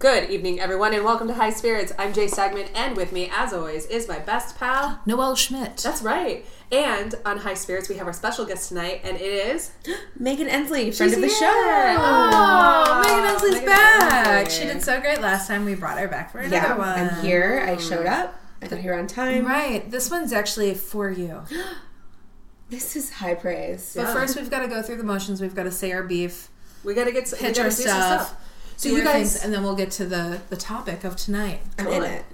Good evening, everyone, and welcome to High Spirits. I'm Jay Segman, and with me, as always, is my best pal. Noel Schmidt. That's right. And on High Spirits, we have our special guest tonight, and it is Megan Ensley, friend of the here. show. Oh, Megan Ensley's Megan back. Ensley. She did so great last time. We brought her back for another Yeah, one. I'm here. I showed up. I'm here on time. Right. This one's actually for you. This is high praise. But Yeah. first, we've got to go through the motions. We've got to say our beef, We gotta get s- we pitch gotta our do some stuff. So do you our guys, things, and then we'll get to the the topic of tonight. I'm Come in on. it.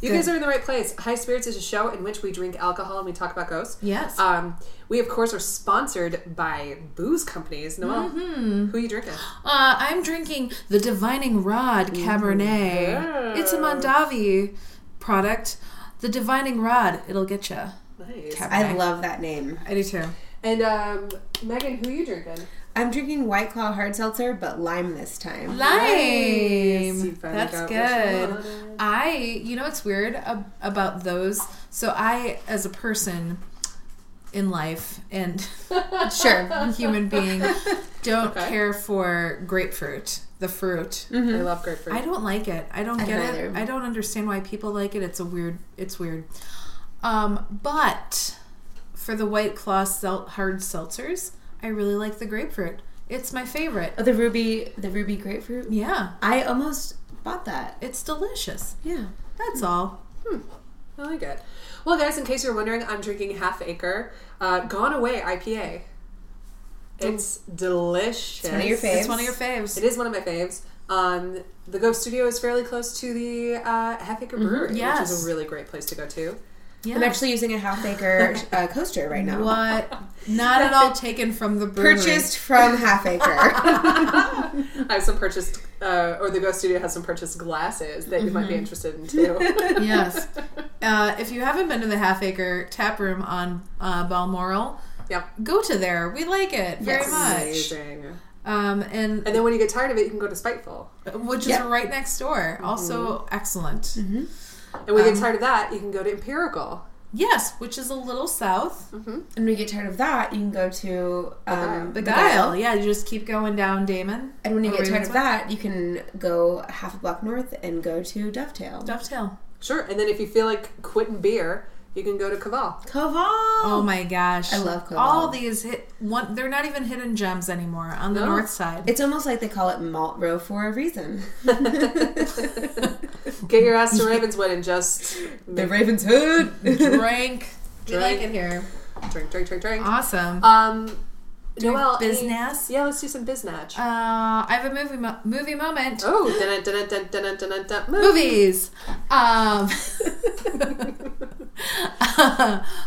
you guys are in the right place. High Spirits is a show in which we drink alcohol and we talk about ghosts. Yes. Um, we of course are sponsored by booze companies. Noel, Mm-hmm. who are you drinking? Uh, I'm drinking the Divining Rod Cabernet. It's a Mondavi product. The Divining Rod, it'll get you. Nice. I love that name. I do too. And um, Megan, who are you drinking? I'm drinking White Claw hard seltzer, but lime this time. You finally Lime. That's got good. which one. I, you know what's weird ab- about those? So I, as a person in life and Sure. human being, don't Okay. care for grapefruit, the fruit. I love grapefruit. Mm-hmm. I don't like it. I don't I get don't it. either. I don't understand why people like it. It's a weird. It's weird. Um, but for the White Claw sel- hard seltzers, I really like the grapefruit. It's my favorite. Oh, the ruby, the ruby grapefruit. Yeah, I almost bought that. it's delicious. Yeah. That's all. I like it. Well, guys, in case you're wondering, I'm drinking Half Acre uh, Gone Away IPA. It's delicious. It's one of your faves. It's one of your faves. It is one of my faves. Um, the Ghost Studio is fairly close to the uh, Half Acre Brewery, which Yes. is a really great place to go to. Yeah. I'm actually using a half acre uh, coaster right now. what? Not at all taken from the brewery. Purchased from Half Acre. I have some purchased, uh, or the Ghost Studio has some purchased glasses that you might be interested in too. Yes. Uh, if you haven't been to the Half Acre Tap Room on uh, Balmoral, yep. go to there. We like it very Yes. much. Amazing. Um, and And then when you get tired of it, you can go to Spiteful. which is Yep. right next door. Also excellent. And when you get tired of that, you can go to Empirical. Yes, which is a little south. and we get tired of that, you can go to um, The Guile. Yeah, you just keep going down Damon. And when you Or get tired Ravenswood. of that, you can go half a block north and go to Dovetail. Dovetail. Sure. And then if you feel like quitting beer, you can go to Caval. Koval! Oh my gosh. I love Koval. All these hit one they're not even hidden gems anymore on the No. north side. It's almost like they call it Malt Row for a reason. Get your ass to Ravenswood and just the Raven's Hood! Drink. Drink. We like it here. drink, drink, drink, drink. Awesome. Um, Noel, business? any- yeah, let's do some biznatch. Uh, I have a movie mo- movie moment. oh, dun dun dun dun dun dun dun Movies. Um,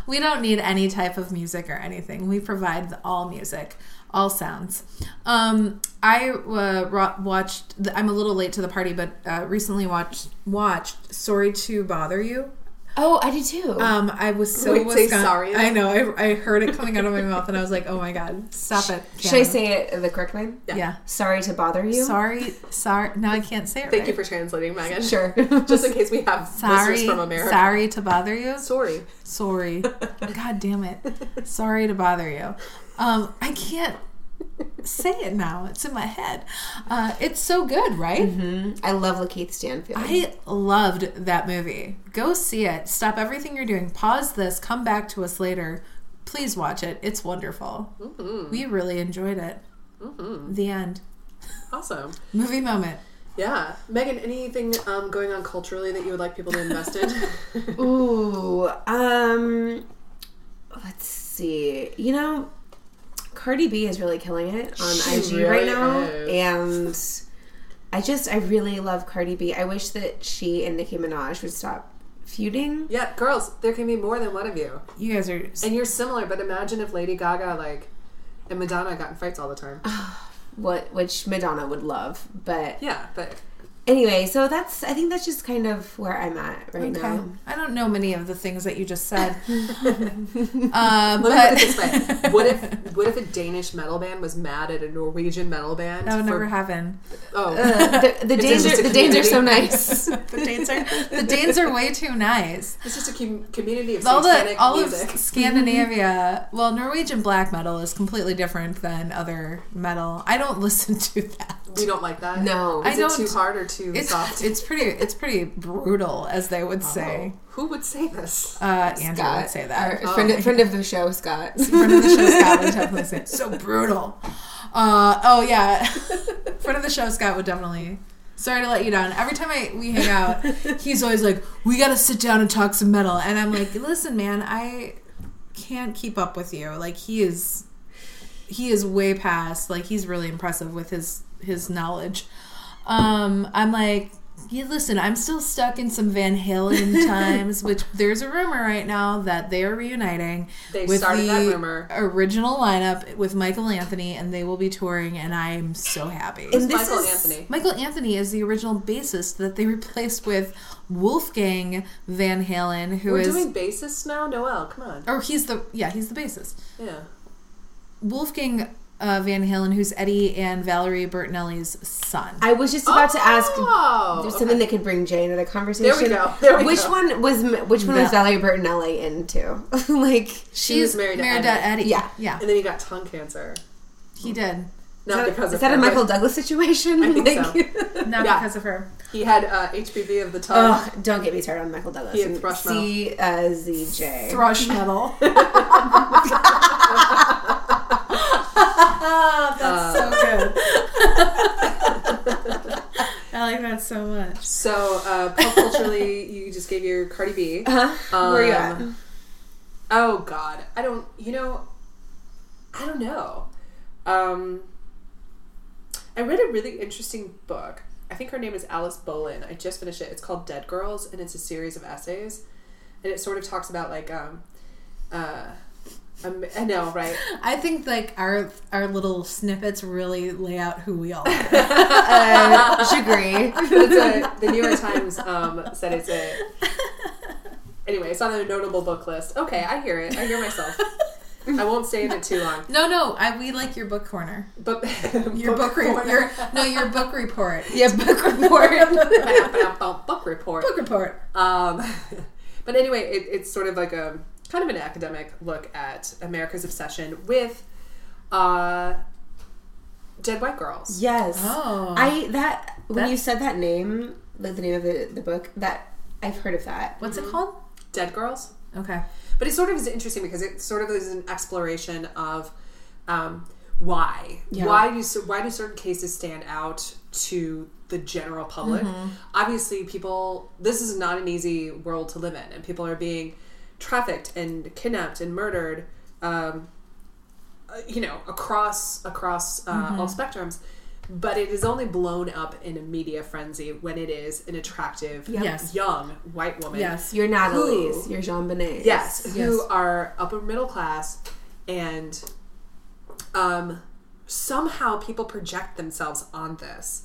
we don't need any type of music or anything. We provide the- all music, all sounds. Um, I uh, ro- watched. The, I'm a little late to the party, but uh, recently watched watched Sorry to Bother You. Oh, I do too. Um, I was so Wait, say Wisconsin- sorry. I know. I, I heard it coming out of my mouth, and I was like, "Oh my god, stop it!" Should I Shannon. say it the correct way? Yeah. Yeah. Sorry to bother you. Sorry. Sorry. Now I can't say it. Thank right. you for translating, Megan. Sure. Just in case we have Sorry. listeners from America. Sorry to bother you. Sorry. Sorry. God damn it. Sorry to bother you. Um, I can't say it now. It's in my head. Uh, it's so good, right? Mm-hmm. mm, I love Lakeith Stanfield. I loved that movie. Go see it. Stop everything you're doing. Pause this. Come back to us later. Please watch it. It's wonderful. Mm-hmm. We really enjoyed it. The end. Awesome. Movie moment. Yeah. Megan, anything um, going on culturally that you would like people to invest in? Ooh, um, let's see. You know, Cardi B is really killing it on She IG really right now, is. and I just I really love Cardi B. I wish that she and Nicki Minaj would stop feuding. yeah, girls, there can be more than one of you. You guys are. And you're similar, but imagine if Lady Gaga, like, and Madonna got in fights all the time. What which Madonna would love, but Yeah, but anyway, so that's I think that's just kind of where I'm at right Okay. now. I don't know many of the things that you just said. uh, Let me but put it this way: what if what if a Danish metal band was mad at a Norwegian metal band? that would for- never happen. Oh, The, the Danes just are a the Danes are so community. nice. The Danes are the Danes are way too nice. it's just a com- community of All the satanic all music. of Scandinavia, well, Norwegian black metal is completely different than other metal. I don't listen to that. we don't like that. No. is I it too don't- hard or too It's soft. Oh. it's pretty it's pretty brutal, as they would say. Who would say this? Uh, Andrew would say that. Oh, Our friend, friend of the show, Scott. friend of the show Scott would definitely say so brutal. Uh, oh yeah, friend of the show Scott would definitely. Sorry to let you down. Every time I we hang out, he's always like, "We got to sit down and talk some metal," and I'm like, "Listen, man, I can't keep up with you." Like he is, he is way past. Like he's really impressive with his his knowledge. Um, I'm like. Yeah, listen, I'm still stuck in some Van Halen times, which there's a rumor right now that they are reuniting They started that rumor. original lineup with Michael Anthony, and they will be touring, and I am so happy. And this Michael is- Anthony. Michael Anthony is the original bassist that they replaced with Wolfgang Van Halen, who We're is doing bassist now, Noel. Come on. or he's the yeah he's the bassist. Yeah. Wolfgang uh, Van Halen, who's Eddie and Valerie Bertinelli's son. I was just about to ask Oh, there's okay. something that could bring Jane to the conversation. go. There we which go. one was which one was Val- Valerie Bertinelli into? like she was married to Eddie. Yeah, Yeah. yeah, And then he got tongue cancer. he did. Not is that, because is of that her, a Michael but Douglas situation? I think so. Not Yeah. because of her. He had uh, HPV of the tongue. Ugh, don't get me started on Michael Douglas. He had thrush mouth. C uh, ZJ. Thrush metal. uh, That's so good. I like that so much. So uh, pop culturally, you just gave your Cardi B. Uh-huh. Where are you at? Um, Oh God, I don't. You know, I don't know. Um, I read a really interesting book. I think her name is Alice Bolin. I just finished it. It's called Dead Girls, and it's a series of essays, and it sort of talks about like um, uh, um I know, right? I think like our our little snippets really lay out who we all are. Uh, Shagri. But it's a, the New York Times um, said it's a. Anyway, it's on their notable book list. Okay, I hear it. I hear myself. I won't stay in it too long. No, no, I, we like your book corner. But Your book, report. Your, no, your book report. Yeah, book report. book report. Book report. Um, but anyway, it, it's sort of like a kind of an academic look at America's obsession with uh, dead white girls. yes. Oh, I that when That- you said that name, like the name of the, the book, that I've heard of that. what's Mm-hmm. it called? Dead girls. Okay. But it sort of is interesting because it sort of is an exploration of um, why why do cer- why do certain cases stand out to the general public? Obviously, people this is not an easy world to live in, and people are being trafficked and kidnapped and murdered. Um, uh, you know, across across uh, all spectrums. But it is only blown up in a media frenzy when it is an attractive, Yes. young white woman Yes. Your Natalie's, your Jean Bonnet. yes, who Yes. are upper middle class and um somehow people project themselves on this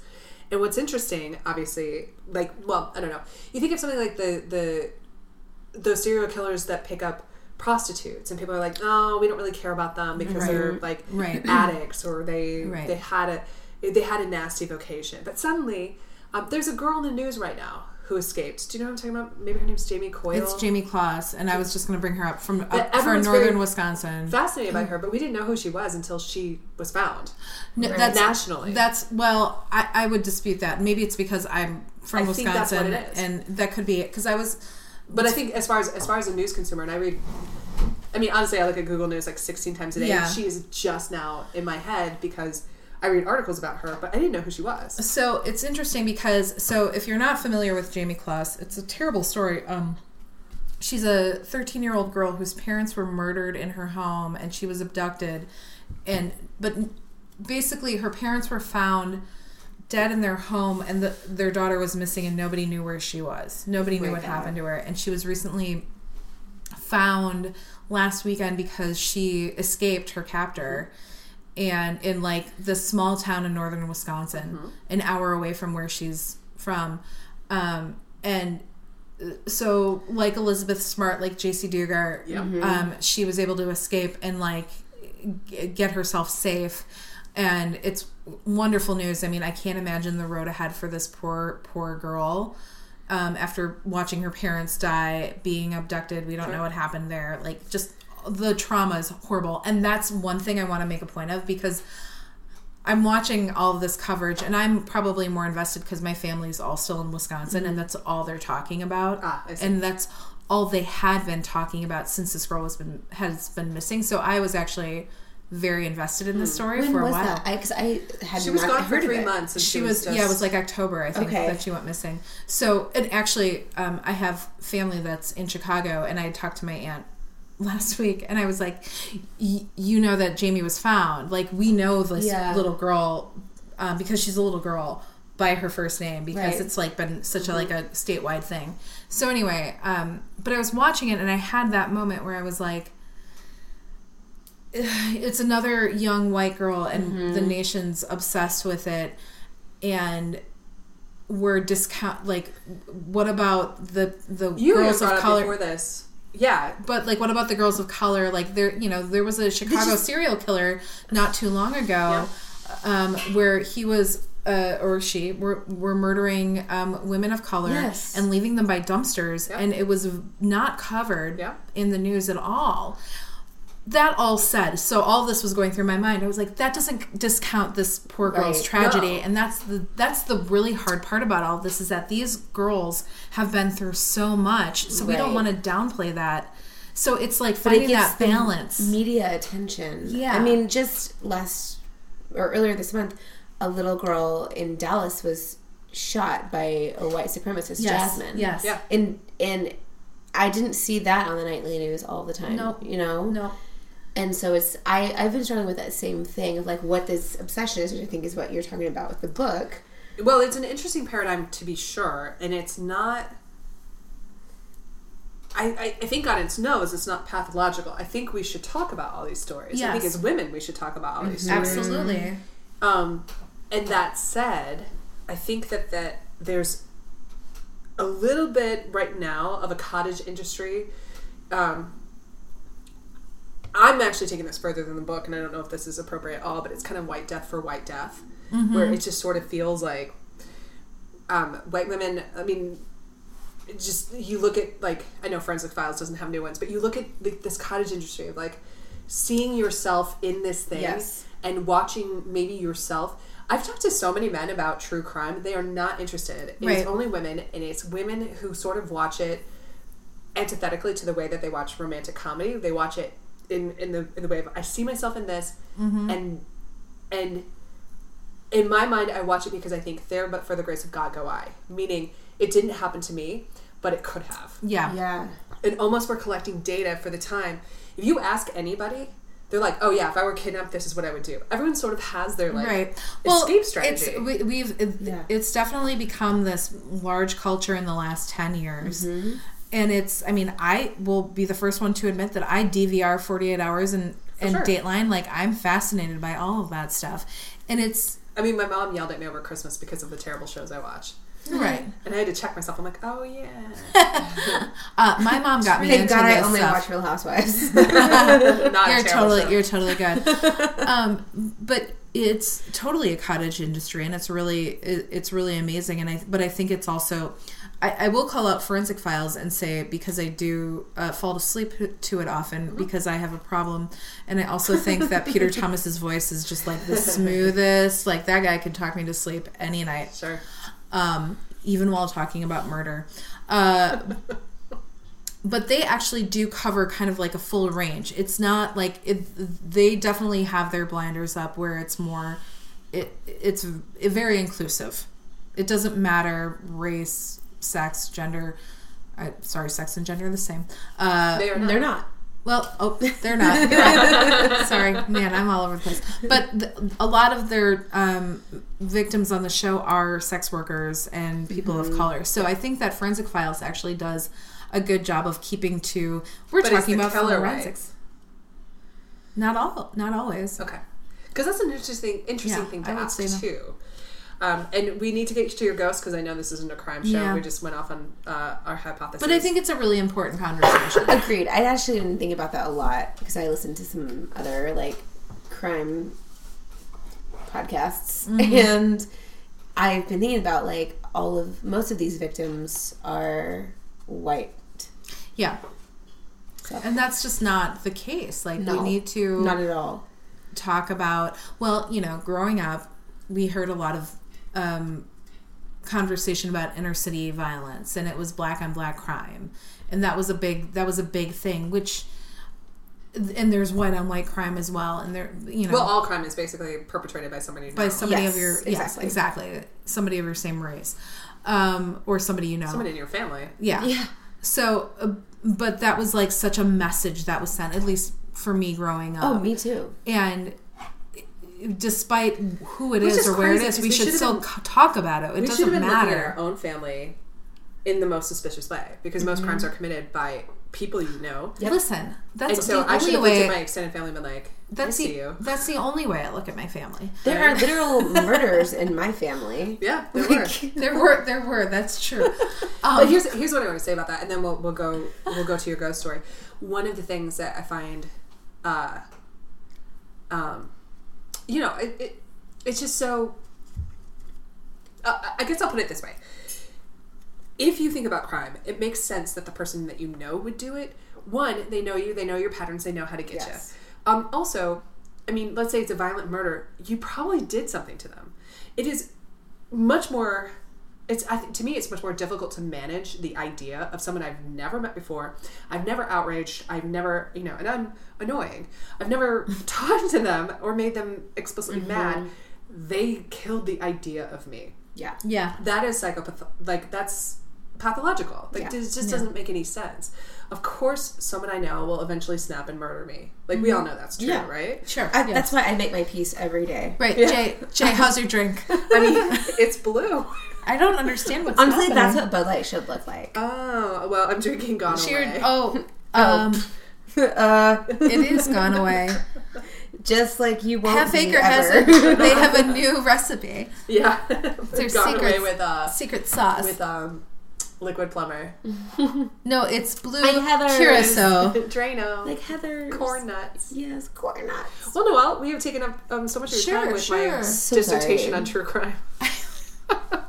and what's interesting obviously like well i don't know you think of something like the the those serial killers that pick up prostitutes and people are like oh we don't really care about them because they're like Right. addicts or they Right. they had a they had a nasty vocation but suddenly um, there's a girl in the news right now who escaped do you know what i'm talking about maybe her name's jamie coyle It's Jamie Kloss, and I was just going to bring her up from up for everyone's northern very- Wisconsin. fascinated by her, but we didn't know who she was until she was found. Mm. No, Right. that's, Nationally. That's well, I, I would dispute that. Maybe it's because I'm from I think that's Wisconsin, what it is. and that could be it. Because I was, But I think as far as as far as a news consumer, and I read, I mean honestly, I look at Google News like sixteen times a day. Yeah. She is just now in my head because I read articles about her, but I didn't know who she was. so it's interesting because so if you're not familiar with Jamie Kloss, it's a terrible story. Um, she's a 13 year old girl whose parents were murdered in her home, and she was abducted, and but basically her parents were found dead in their home and the, their daughter was missing and nobody knew where she was nobody knew my what God. happened to her and she was recently found last weekend because she escaped her captor and in like the small town in northern wisconsin Mm-hmm. an hour away from where she's from um, and uh, so like elizabeth smart like j.c duggar Yeah. um, she was able to escape and like g- get herself safe and it's wonderful news i mean i can't imagine the road ahead for this poor poor girl um, after watching her parents die being abducted we don't know what happened there like just the trauma is horrible and that's one thing i want to make a point of because I'm watching all of this coverage, and I'm probably more invested because my family's all still in Wisconsin, and that's all they're talking about, Mm-hmm. Ah, I see. and that's all they had been talking about since this girl has been has been missing. So I was actually very invested in Hmm. this story When for a was while. that? I, cause I had She was not gone for heard of three it. months, and she was, yeah, it was like October, I think, Okay. that she went missing. So, and actually, um, I have family that's in Chicago, and I talked to my aunt last week, and I was like, y- "You know that Jamie was found? Like, we know this Yeah. little girl um, because she's a little girl by her first name because Right. it's like been such a like a statewide thing." So anyway, um, but I was watching it, and I had that moment where I was like it's another young white girl and the nation's obsessed with it and we're discount like what about the the you girls girls brought of up color before this. Yeah, but like what about the girls of color like there you know there was a chicago serial killer not too long ago um, where he was uh, or she were, were murdering um, women of color Yes. and leaving them by dumpsters Yep. and it was not covered Yep. in the news at all that all said so all this was going through my mind i was like that doesn't discount this poor girl's Right. tragedy No. and that's the that's the really hard part about all this is that these girls have been through so much so we don't Right. want to downplay that so it's like But it finding gives that the balance media attention. Yeah. I mean, just last or earlier this month, a little girl in Dallas was shot by a white supremacist, yes Jasmine. yes Yeah. and and I didn't see that on the nightly news all the time. Nope. you know. no And so it's I I've been struggling with that same thing of like what this obsession is, which I think is what you're talking about with the book. Well, it's an interesting paradigm to be sure, and it's not. I, I, I think on its nose, it's not pathological. I think we should talk about all these stories. I think Yes. as women, we should talk about all these stories. absolutely Um, and that said, I think that that there's a little bit right now of a cottage industry. Um, I'm actually taking this further than the book, and I don't know if this is appropriate at all, but it's kind of white death for white death, where it just sort of feels like um, white women. I mean, it just you look at like I know Forensic Files doesn't have new ones, but you look at the, this cottage industry of like seeing yourself in this thing Yes. and watching maybe yourself. I've talked to so many men about true crime; they are not interested. It's Right. only women, and it's women who sort of watch it antithetically to the way that they watch romantic comedy. They watch it in in the in the way of I see myself in this, and and in my mind, I watch it because I think there, but for the grace of God, go I. Meaning, it didn't happen to me, but it could have. yeah Yeah, And almost we're collecting data for the time. If you ask anybody, they're like, "Oh yeah, if I were kidnapped, this is what I would do." Everyone sort of has their like right escape strategy. it's we, we've it, Yeah. it's definitely become this large culture in the last 10 years Mm-hmm. and it's i mean i will be the first one to admit that i dvr 48 hours and and sure. dateline like i'm fascinated by all of that stuff and it's I mean, my mom yelled at me over Christmas because of the terrible shows I watch, right and I had to check myself. I'm like, "Oh yeah." uh, my mom got me thank into God this I only stuff. watch Real Housewives. not you're a terrible totally show. you're totally good um but it's totally a cottage industry and it's really it- it's really amazing and i but i think it's also i, I will call out forensic files and say because i do uh, fall to sleep to it often Mm-hmm. because i have a problem and i also think that peter thomas's voice is just like the smoothest like that guy could talk me to sleep any night sure. um, even while talking about murder. Uh, but they actually do cover kind of like a full range. It's not like it, they definitely have their blinders up where it's more, it, it's very inclusive. It doesn't matter race, sex, gender. Uh, sorry, sex and gender are the same. Uh, They are not. They're not. well, oh, they're not. You're right. Sorry, man, I'm all over the place. But th- a lot of their um, victims on the show are sex workers and people Mm-hmm. of color. So I think that Forensic Files actually does a good job of keeping to. We're But it's talking the about killer way. forensics. Not all. Not always. Okay, because that's an interesting interesting Yeah, thing to I would ask say that. too. Um, and we need to get to your ghost because I know this isn't a crime show. Yeah. We just went off on uh, our hypothesis. But I think it's a really important conversation. Agreed. I actually didn't think about that a lot because I listened to some other like crime podcasts and I've been thinking about like all of most of these victims are white. yeah. So- And that's just not the case. Like No. we need to Not at all. talk about well, you know, growing up, we heard a lot of um, conversation about inner city violence, and it was black on black crime, and that was a big that was a big thing. Which and there's white on white crime as well, and there you know Well, all crime is basically perpetrated by somebody. you by know. somebody Yes, of your exactly. yes exactly somebody of your same race, um, or somebody you know somebody in your family. yeah. Yeah. So, uh, but that was like such a message that was sent, at least for me growing up. Oh, me too. and despite who it Which is is or where it crazy, is, 'cause we we should should've still been- c- talk about it. It We should doesn't have been looking at matter. our own family in the most suspicious way because most crimes are Mm-hmm. committed by people you know. Yep. Listen, that's and so the I should only have looked at way. my extended family and been like, I that's the see you. that's the only way I look at my family. There are literal murders in my family. Yeah, there were. Like, There were there were that's true. Um, But here's here's what I want to say about that, and then we'll we'll go we'll go to your ghost story. One of the things that I find, uh, um, you know, it, it it's just so. Uh, I guess I'll put it this way: if you think about crime, it makes sense that the person that you know would do it. One, they know you, they know your patterns, they know how to get Yes. you. Um, also, I mean, let's say it's a violent murder. You probably did something to them. It is much more. It's I think to me, it's much more difficult to manage the idea of someone I've never met before. I've never outraged. I've never, you know, and I'm annoying. I've never talked to them or made them explicitly mad. They killed the idea of me yeah. yeah, that is psychopath like that's pathological like Yeah. this just doesn't make any sense of course someone i know will eventually snap and murder me like we all know that's true Yeah. right sure. I, yeah. That's why I make my peace every day. right. Jay, Jay, how's your drink? i mean it's blue I don't understand what's Honestly, happening. that's what Bud Light should look like. oh well i'm drinking gone Sheer, away oh, Oh. um, uh, it is gone away. just like you won't Half be Acre has ever. a, they have a new recipe, yeah There's gone away secrets. with uh secret sauce. with um liquid plumber no, it's blue Like Heather's. curacao. drano like Heather corn nuts Yes, corn nuts. well noel we have taken up um, so much of your Sure, time with my sure. So dissertation sorry. on true crime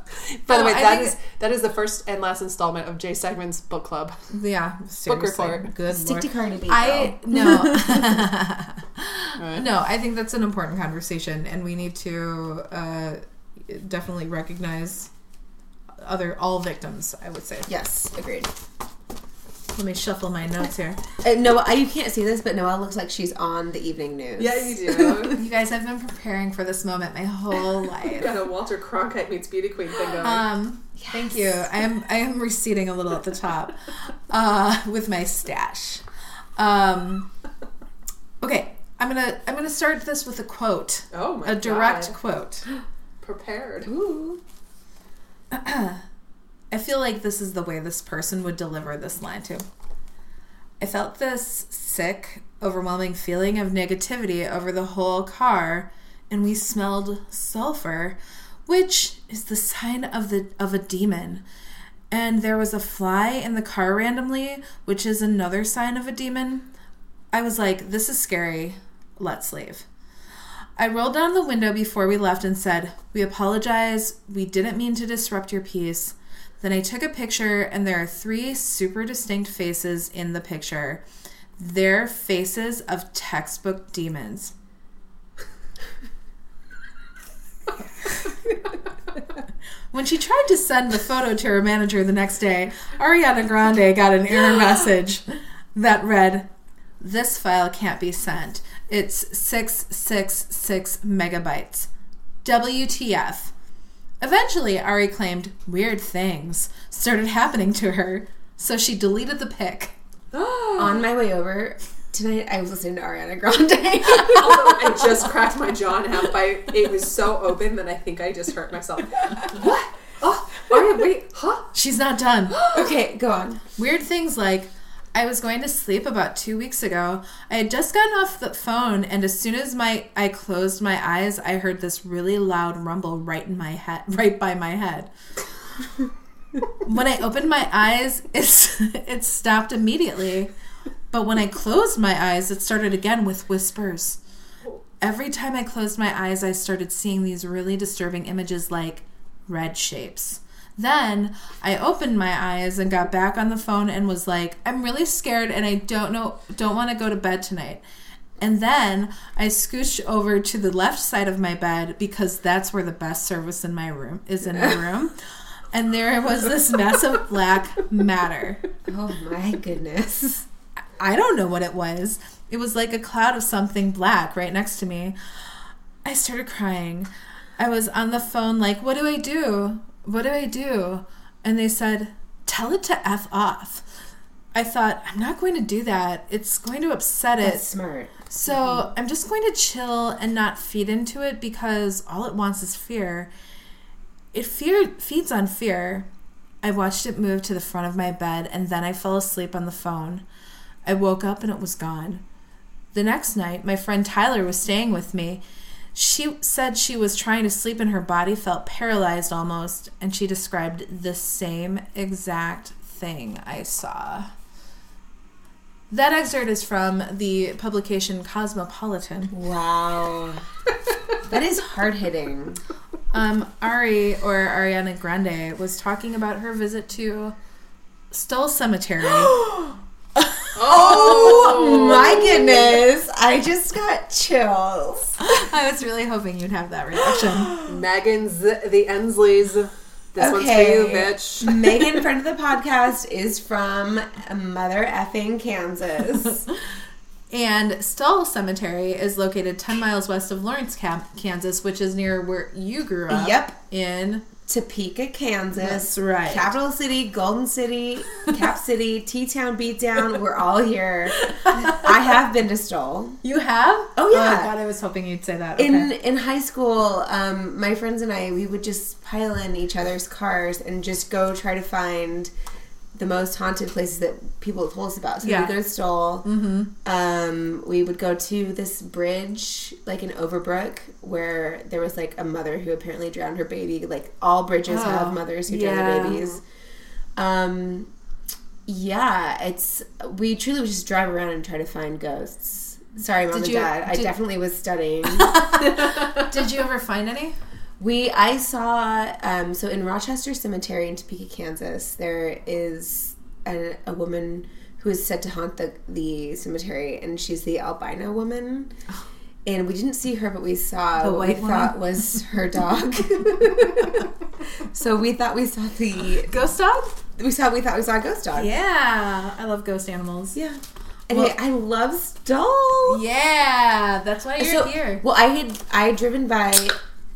By the No, way, I that think- is that is the first and last installment of Jay Segman's book club. Yeah, seriously. report. Good Stick to lord. Cardi B. I though. no, no. I think that's an important conversation, and we need to uh, definitely recognize other all victims. I would say. Yes, agreed. Let me shuffle my notes here. Uh, Noah, you can't see this, but Noah looks like she's on the evening news. do. You guys, I've been preparing for this moment my whole life. Got a Walter Cronkite meets Beauty Queen thing going. Uh, Um, Thank you. I am I am receding a little at the top uh, with my stash. Um, okay, I'm gonna I'm gonna start this with a quote, oh my a direct God. quote. prepared. Ooh. I feel like this is the way this person would deliver this line too. I felt this sick, overwhelming feeling of negativity over the whole car, and we smelled sulfur, which is the sign of the of a demon. And there was a fly in the car randomly, which is another sign of a demon. I was like, this is scary. Let's leave. I rolled down the window before we left and said, We apologize. We didn't mean to disrupt your peace. Then I took a picture, and there are three super distinct faces in the picture. They're faces of textbook demons. when she tried to send the photo to her manager the next day, Ariana Grande got an error message that read, this file can't be sent. It's 666 megabytes. WTF. Eventually, Ari claimed weird things started happening to her, so she deleted the pic. On my way over tonight, I was listening to Ariana Grande. Although I just cracked my jaw in half by it was so open that I think I just hurt myself. what? Oh, Aria, wait, huh? She's not done. okay, go on. Weird things like I was going to sleep about two weeks ago. I had just gotten off the phone, and as soon as my I closed my eyes, I heard this really loud rumble right in my head, right by my head. when I opened my eyes, it's, it stopped immediately. But when I closed my eyes, it started again with whispers. Every time I closed my eyes, I started seeing these really disturbing images like red shapes. Then I opened my eyes and got back on the phone and was like, I'm really scared and I don't know don't want to go to bed tonight. And then I scooch over to the left side of my bed because that's where the best service in my room is in my room. And there was this mess of black matter. Oh my goodness. I don't know what it was. It was like a cloud of something black right next to me. I started crying. I was on the phone, like, what do I do? What do I do? And they said, tell it to F off. I thought, I'm not going to do that. It's going to upset it. That's smart. So I'm just going to chill and not feed into it because all it wants is fear. It fear feeds on fear. I watched it move to the front of my bed and then I fell asleep on the phone. I woke up and it was gone. The next night, my friend Tyler was staying with me. She said she was trying to sleep and her body felt paralyzed almost, and she described the same exact thing I saw. That excerpt is from the publication Cosmopolitan. Wow. that is hard hitting. Um, Ari or Ariana Grande was talking about her visit to Stoll Cemetery. Oh my goodness. I just got chills. I was really hoping you'd have that reaction. Megan's the Ensleys. This one's for Okay. you, bitch. Megan, friend of the podcast, is from Mother Effing Kansas. And Stoll Cemetery is located 10 miles west of Lawrence, Ca- Kansas, which is near where you grew up. Yep. In Topeka, Kansas. That's right. Capital City, Golden City, Cap City, T Town, Beatdown. We're all here. I have been to Stoll. you have? Oh, yeah. God, I was hoping you'd say that. in Okay. in high school um, my friends and i we would just pile in each other's cars and just go try to find the most haunted places that people told us about so Yeah. Mm-hmm. we'd go to Stoll. Um, we would go to this bridge like in overbrook where there was like a mother who apparently drowned her baby like all bridges Oh, have mothers who yeah. drown their babies um, yeah it's we truly would just drive around and try to find ghosts sorry mom Did and you- dad i did- definitely was studying Did you ever find any? We I saw um, so in Rochester Cemetery in Topeka, Kansas, there is a, a woman who is said to haunt the the cemetery, and she's the albino woman. And we didn't see her, but we saw Oh. The what white we one? thought was her dog. so we thought we saw the Ghost dog? we saw we thought we saw a ghost dog. Yeah. I love ghost animals. Yeah. Anyway, I love Stoll. Yeah. That's why you're So- here. Well, I had I had driven by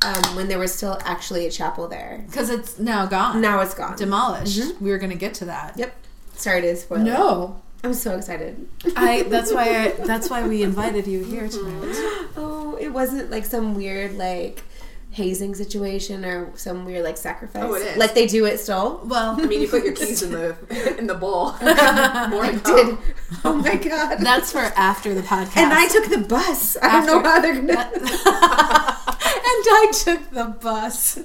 um, when there was still actually a chapel there. Because it's now gone. Now it's gone. Demolished. Mm-hmm. We were going to get to that. Yep. Sorry to spoil. it. No. I'm so excited. I. That's why. I, that's why we invited you here tonight. Oh, it wasn't like some weird like hazing situation or some weird like sacrifice. Oh, it is. Like they do it still. Well, I mean, you put your keys in the in the bowl. More to come. Did oh my god. that's for after the podcast. and I took the bus. I don't After- know how they're gonna. and I took the bus.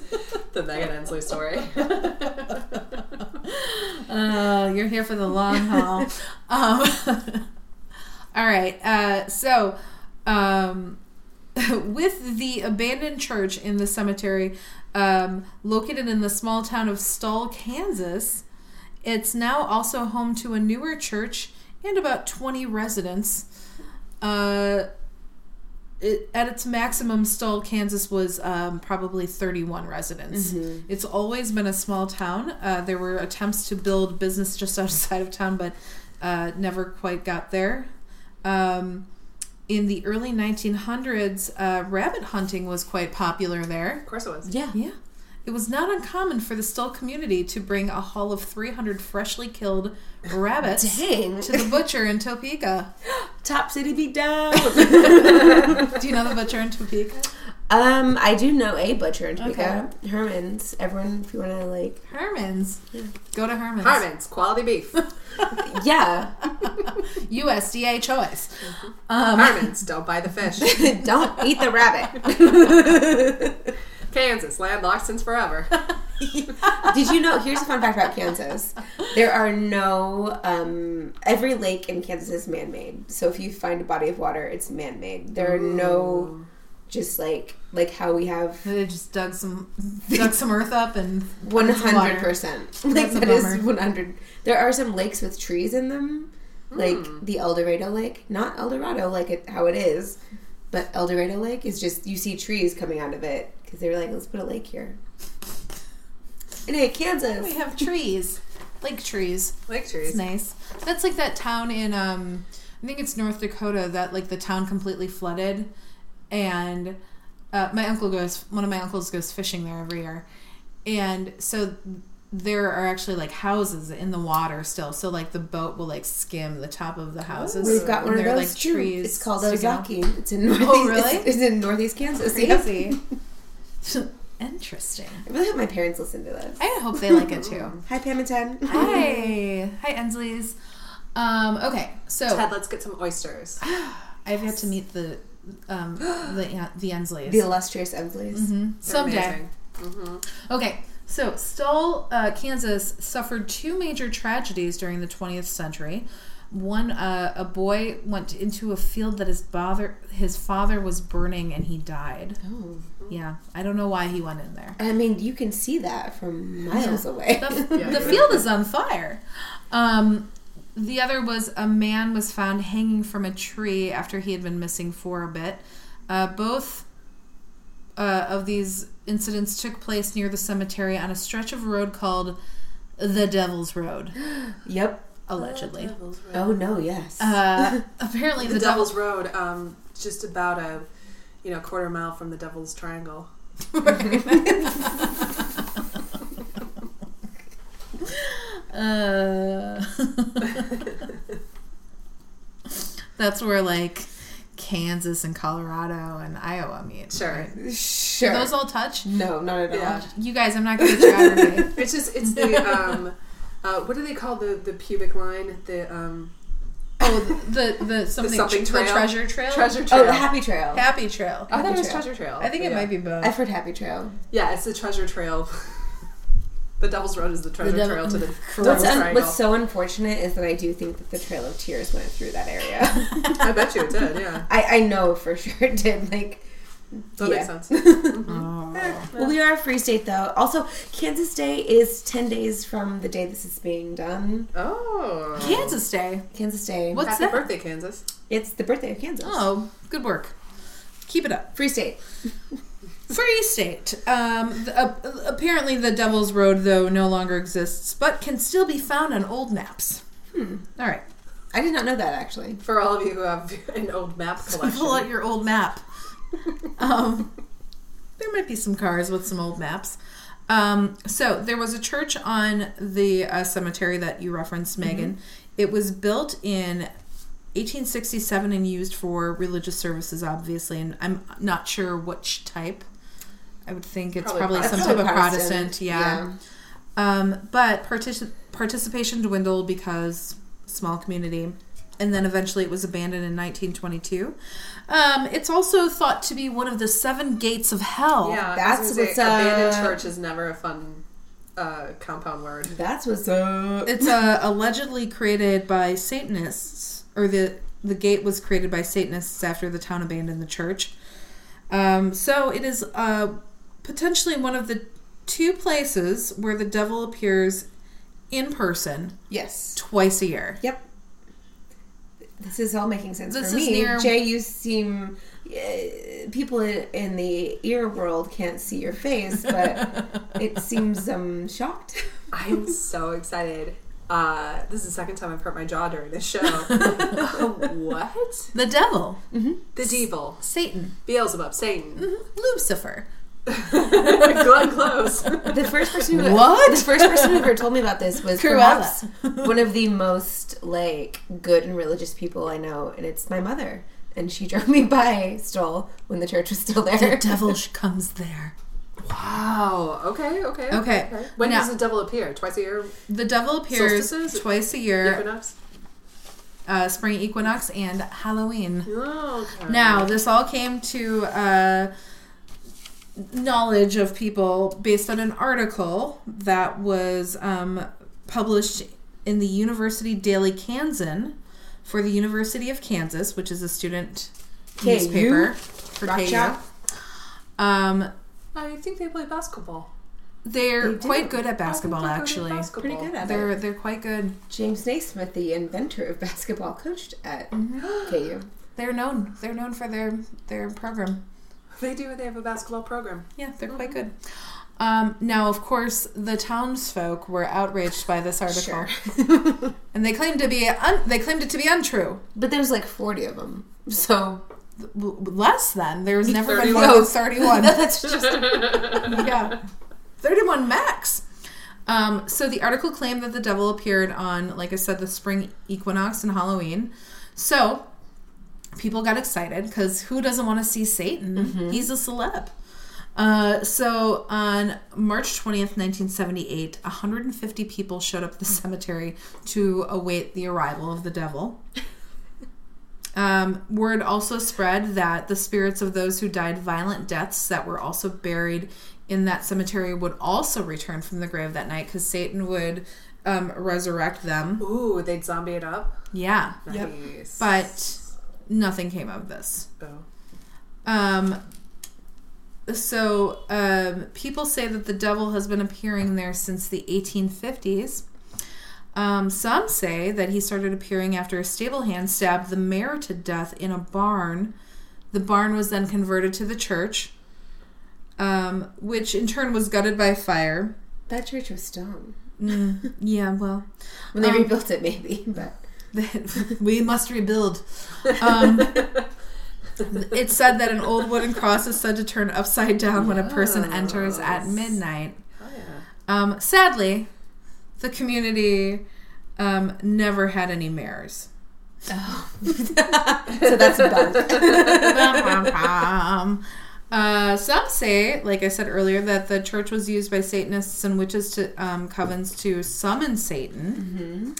The Megan Ensley story. Oh, you're here for the long haul. Um, all right. Uh, so, um, with the abandoned church in the cemetery, um, located in the small town of Stull, Kansas, it's now also home to a newer church and about 20 residents. Uh, it, at its maximum, Stoll, Kansas was um, probably 31 residents. It's always been a small town. Uh, there were attempts to build business just outside of town, but uh, never quite got there. Um, in the early 1900s, uh, rabbit hunting was quite popular there. Of course it was. Yeah. Yeah. It was not uncommon for the Stoll community to bring a haul of 300 freshly killed rabbits Dang. to the butcher in Topeka. Top city beat down. Do you know the butcher in Topeka? um, I do know a butcher in Topeka. Herman's. Everyone, if you wanna like. Herman's. Go to Herman's. Harmon's quality beef. Um, Yeah. USDA choice. Harmon's don't buy the fish. don't eat the rabbit. Kansas landlocked since forever. Did you know? Here's a fun fact about Kansas: there are no um, every lake in Kansas is man-made. So if you find a body of water, it's man-made. There are no just like like how we have They just dug some dug some earth up and one water. hundred percent. Like That's a that is bummer. one hundred. There are some lakes with trees in them, Like Hmm. the El Dorado Lake, not El Dorado like it, how it is, but El Dorado Lake is just you see trees coming out of it because they were like, let's put a lake here. Anyway, Kansas. We have trees, like trees. Lake It's trees. nice. That's like that town in um I think it's North Dakota that like the town completely flooded and uh, my uncle goes one of my uncles goes fishing there every year. And so there are actually like houses in the water still. So like the boat will like skim the top of the houses. We've got one and of they're, those too. It's called sticking out. Ozaki. It's in northeast. really? It's, it's in northeast Kansas. yeah. Crazy. Interesting. I really hope my parents listen to this. I hope they like it too. Hi, Pam and Ted. Hi. Hi, Ensley's. Um, okay, so Ted, let's get some oysters. I've yet to meet the um, the An- the Ensleys The illustrious Ensleys. someday. Amazing. Okay, so Stull, uh, Kansas suffered two major tragedies during the 20th century. One, uh, a boy went into a field that his father his father was burning and he died. Oh. Yeah, I don't know why he went in there. I mean, you can see that from miles away. The, Yeah, yeah. the field is on fire. Um, the other was a man was found hanging from a tree after he had been missing for a bit. Uh, both uh, of these incidents took place near the cemetery on a stretch of road called the Devil's Road, yep. allegedly. Oh no, yes. Uh, apparently, the, The Devil's Devil's Road, um, just about a you know quarter mile from the Devil's Triangle. Uh, that's where like Kansas and Colorado and Iowa meet. Sure. right? sure. Do those all touch? no, not at all. Yeah. You guys, I'm not going to geography. It's just it's the um, uh, what do they call the the pubic line? The um, oh, the the something, something trail? the treasure trail, treasure Oh, trail. the Happy Trail. happy trail. I thought it was Trail. treasure trail. I think but it yeah. might be both. I've heard Happy Trail. Yeah, it's the treasure trail. the Devil's Road is the treasure devil- trail to the What's, Devil's un- Triangle. what's so unfortunate is that I do think that the Trail of Tears went through that area. I bet you it did. Yeah, I, I know for sure it did. Like, that yeah. makes sense. Oh. Well, we are a free state, though. Also, Kansas Day is 10 days from the day this is being done. Oh, Kansas Day. Kansas Day. What's happy that? birthday, Kansas! It's the birthday of Kansas. Oh, good work. Keep it up. Free state. Free state. Um, the, uh, apparently, the Devil's Road, though, no longer exists, but can still be found on old maps. Hmm. All right. I did not know that, actually. For all of you who have an old map collection, Pull out your old map. um, there might be some cars with some old maps. Um, so, there was a church on the uh, cemetery that you referenced, Megan. It was built in 1867 and used for religious services, obviously, and I'm not sure which type. I would think it's Probably probably, some Protestant. type of Protestant, yeah. Um, but partici- participation dwindled because small community. And then eventually it was abandoned in 1922. Um, it's also thought to be one of the seven gates of hell. yeah, That's that's what's what's abandoned up. church is never a fun uh, compound word. Yeah. That's what's up. It's uh, allegedly created by Satanists, or the, the gate was created by Satanists after the town abandoned the church. Um, so it is uh, potentially one of the two places where the devil appears in person Yes. twice a year. Yep. This is all making sense This for is me. near- Jay, you seem. Uh, people in, in the ear world can't see your face, but it seems um shocked. I'm so excited. Uh, this is the second time I've hurt my jaw during this show. Um, what? The devil. The devil, Satan, Beelzebub, Satan. Lucifer. Glenn Close. The first person who What? the first person who ever told me about this was Cruella. perhaps one of the most like good and religious people I know, and it's my mother. And she drove me by Stoll when the church was still there. comes there. Wow. Okay. Okay. Uh, Okay. When Now- does the devil appear? Twice a year, The devil appears Solstices? twice a year, equinox. uh, spring equinox and Halloween. Oh, okay. Now, this all came to uh, knowledge of people based on an article that was um, published in the University Daily Kansan for the University of Kansas, which is a student KU? newspaper for Rock KU. Chalk? Um, I think they play basketball. They're They do. quite good I at basketball, think they're good at actually. basketball. Pretty good at it. They're they're quite good. James Naismith, the inventor of basketball, coached at KU. They're known. They're known for their their program. They do. They have a basketball program. Yeah, they're quite Mm-hmm. good. Um, now, of course, the townsfolk were outraged by this article, Sure. and they claimed to be un- they claimed it to be untrue. But there's like 40 of them. So W- less than there was never been 31. more than thirty-one. that's just yeah. 31 max. Um, so the article claimed that the devil appeared on, like I said, the spring equinox and Halloween. So people got excited because who doesn't want to see Satan? He's a celeb. Uh, so on March 20th, 1978, 150 people showed up at the cemetery to await the arrival of the devil. Um, word also spread that the spirits of those who died violent deaths that were also buried in that cemetery would also return from the grave that night because Satan would um, resurrect them. Ooh, they'd zombie it up. Yeah. Yep. Nice. But nothing came of this. Oh. Um, so um, people say that the devil has been appearing there since the 1850s. Um, some say that he started appearing after a stable hand stabbed the mayor to death in a barn. The barn was then converted to the church, um, which in turn was gutted by fire. that church was stone. Mm, yeah, well, When they Um, rebuilt it, maybe, but we must rebuild. Um, it said that an old wooden cross is said to turn upside down when a person enters at midnight. Oh yeah. Um, sadly, the community um, never had any mayors. so that's a bump. uh, some say, like I said earlier, that the church was used by Satanists and witches to um, covens to summon Satan.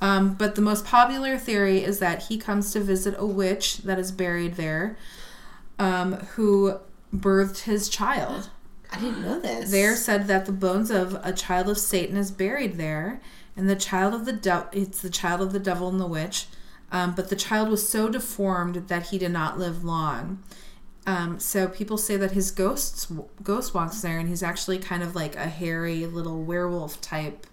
Um, but the most popular theory is that he comes to visit a witch that is buried there, um, who birthed his child. I didn't know this. There said that the bones of a child of Satan is buried there, and the child of the devil it's the child of the devil and the witch. Um, but the child was so deformed that he did not live long. Um, so people say that his ghosts ghost walks there, and he's actually kind of like a hairy little werewolf type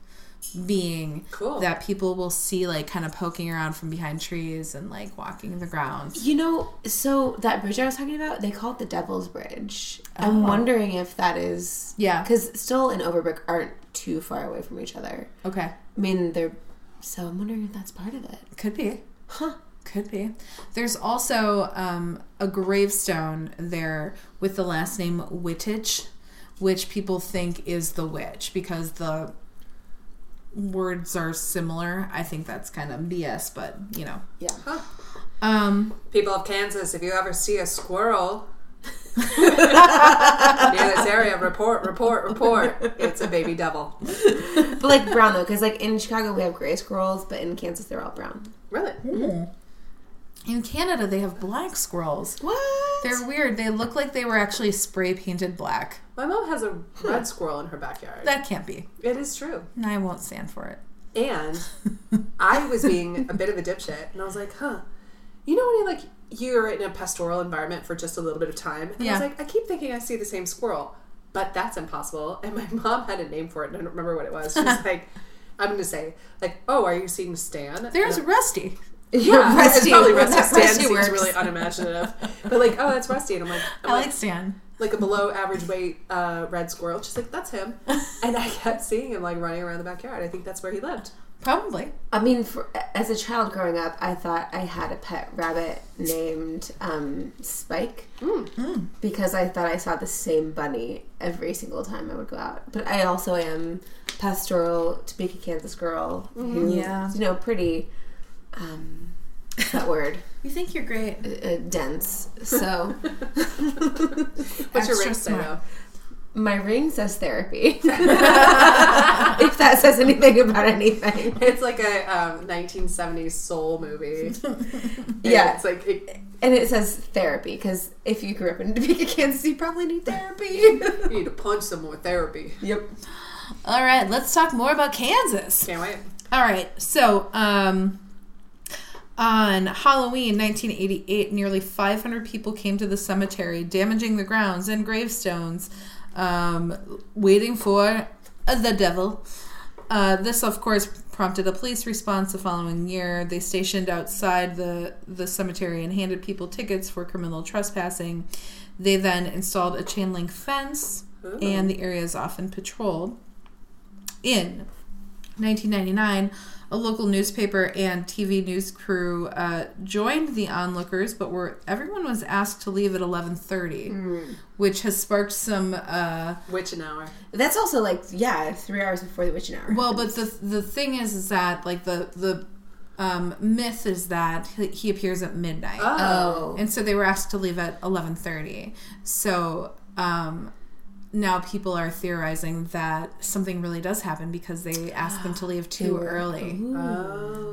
being Cool. that people will see like kind of poking around from behind trees and like walking the ground. You know, so that bridge I was talking about, they call it the Devil's Bridge. I'm wondering if that is Yeah. because Still and Overbrook aren't too far away from each other. Okay. I mean, they're so I'm wondering if that's part of it. Could be. Huh. Could be. There's also um, a gravestone there with the last name Wittich, which people think is the witch because the words are similar. I think that's kind of BS, but you know. Yeah. Um, People of Kansas, if you ever see a squirrel near this area, report, report, report. It's a baby devil. But like brown though, because like in Chicago we have gray squirrels, but in Kansas they're all brown. Really? in Canada, they have black squirrels. What? They're weird. They look like they were actually spray painted black. My mom has a red squirrel in her backyard. That can't be. It is true. And I won't stand for it. And I was being a bit of a dipshit, and I was like, huh. You know when you like you're in a pastoral environment for just a little bit of time, and I Yeah. was like, I keep thinking I see the same squirrel, but that's impossible. And my mom had a name for it, and I don't remember what it was. She was like, I'm going to say, like, oh, are you seeing Stan? There's And Rusty. Yeah, It's Rusty. probably That Rusty. Stan Rusty seems works. really unimaginative. but like, oh, that's Rusty, and I'm like, I'm I like, like Stan. like a below average weight uh, red squirrel. She's like, that's him, and I kept seeing him like running around the backyard. I think that's where he lived. Probably. I mean, for, as a child growing up, I thought I had a pet rabbit named um, Spike because I thought I saw the same bunny every single time I would go out. But I also am pastoral Topeka, Kansas girl who, Yeah. you know, pretty. Um, what's that word You think you're great. uh, uh, dense. So What's your Extra ring say smart. though? my ring says therapy. if that says anything about anything, It's like a um, 1970s soul movie. And Yeah. it's like it, and it says therapy because if you grew up in Topeka, Kansas, you probably need therapy. you need to punch someone with therapy. Yep. All right, let's talk more about Kansas. Can't wait. All right, so um, on Halloween 1988, nearly 500 people came to the cemetery, damaging the grounds and gravestones. um, waiting for the devil. Uh, this, of course, prompted a police response the following year. They stationed outside the, the cemetery and handed people tickets for criminal trespassing. They then installed a chain link fence, and the area is often patrolled. In 1999, a local newspaper and TV news crew uh, joined the onlookers, but were everyone was asked to leave at 11:30, which has sparked some. Uh, Witch an hour. That's also like yeah, three hours before the witching hour. well, but the the thing is, is that like the the um, myth is that he- he appears at midnight, Uh, oh, and so they were asked to leave at 11:30. So. Um, now people are theorizing that something really does happen because they asked them to leave too early.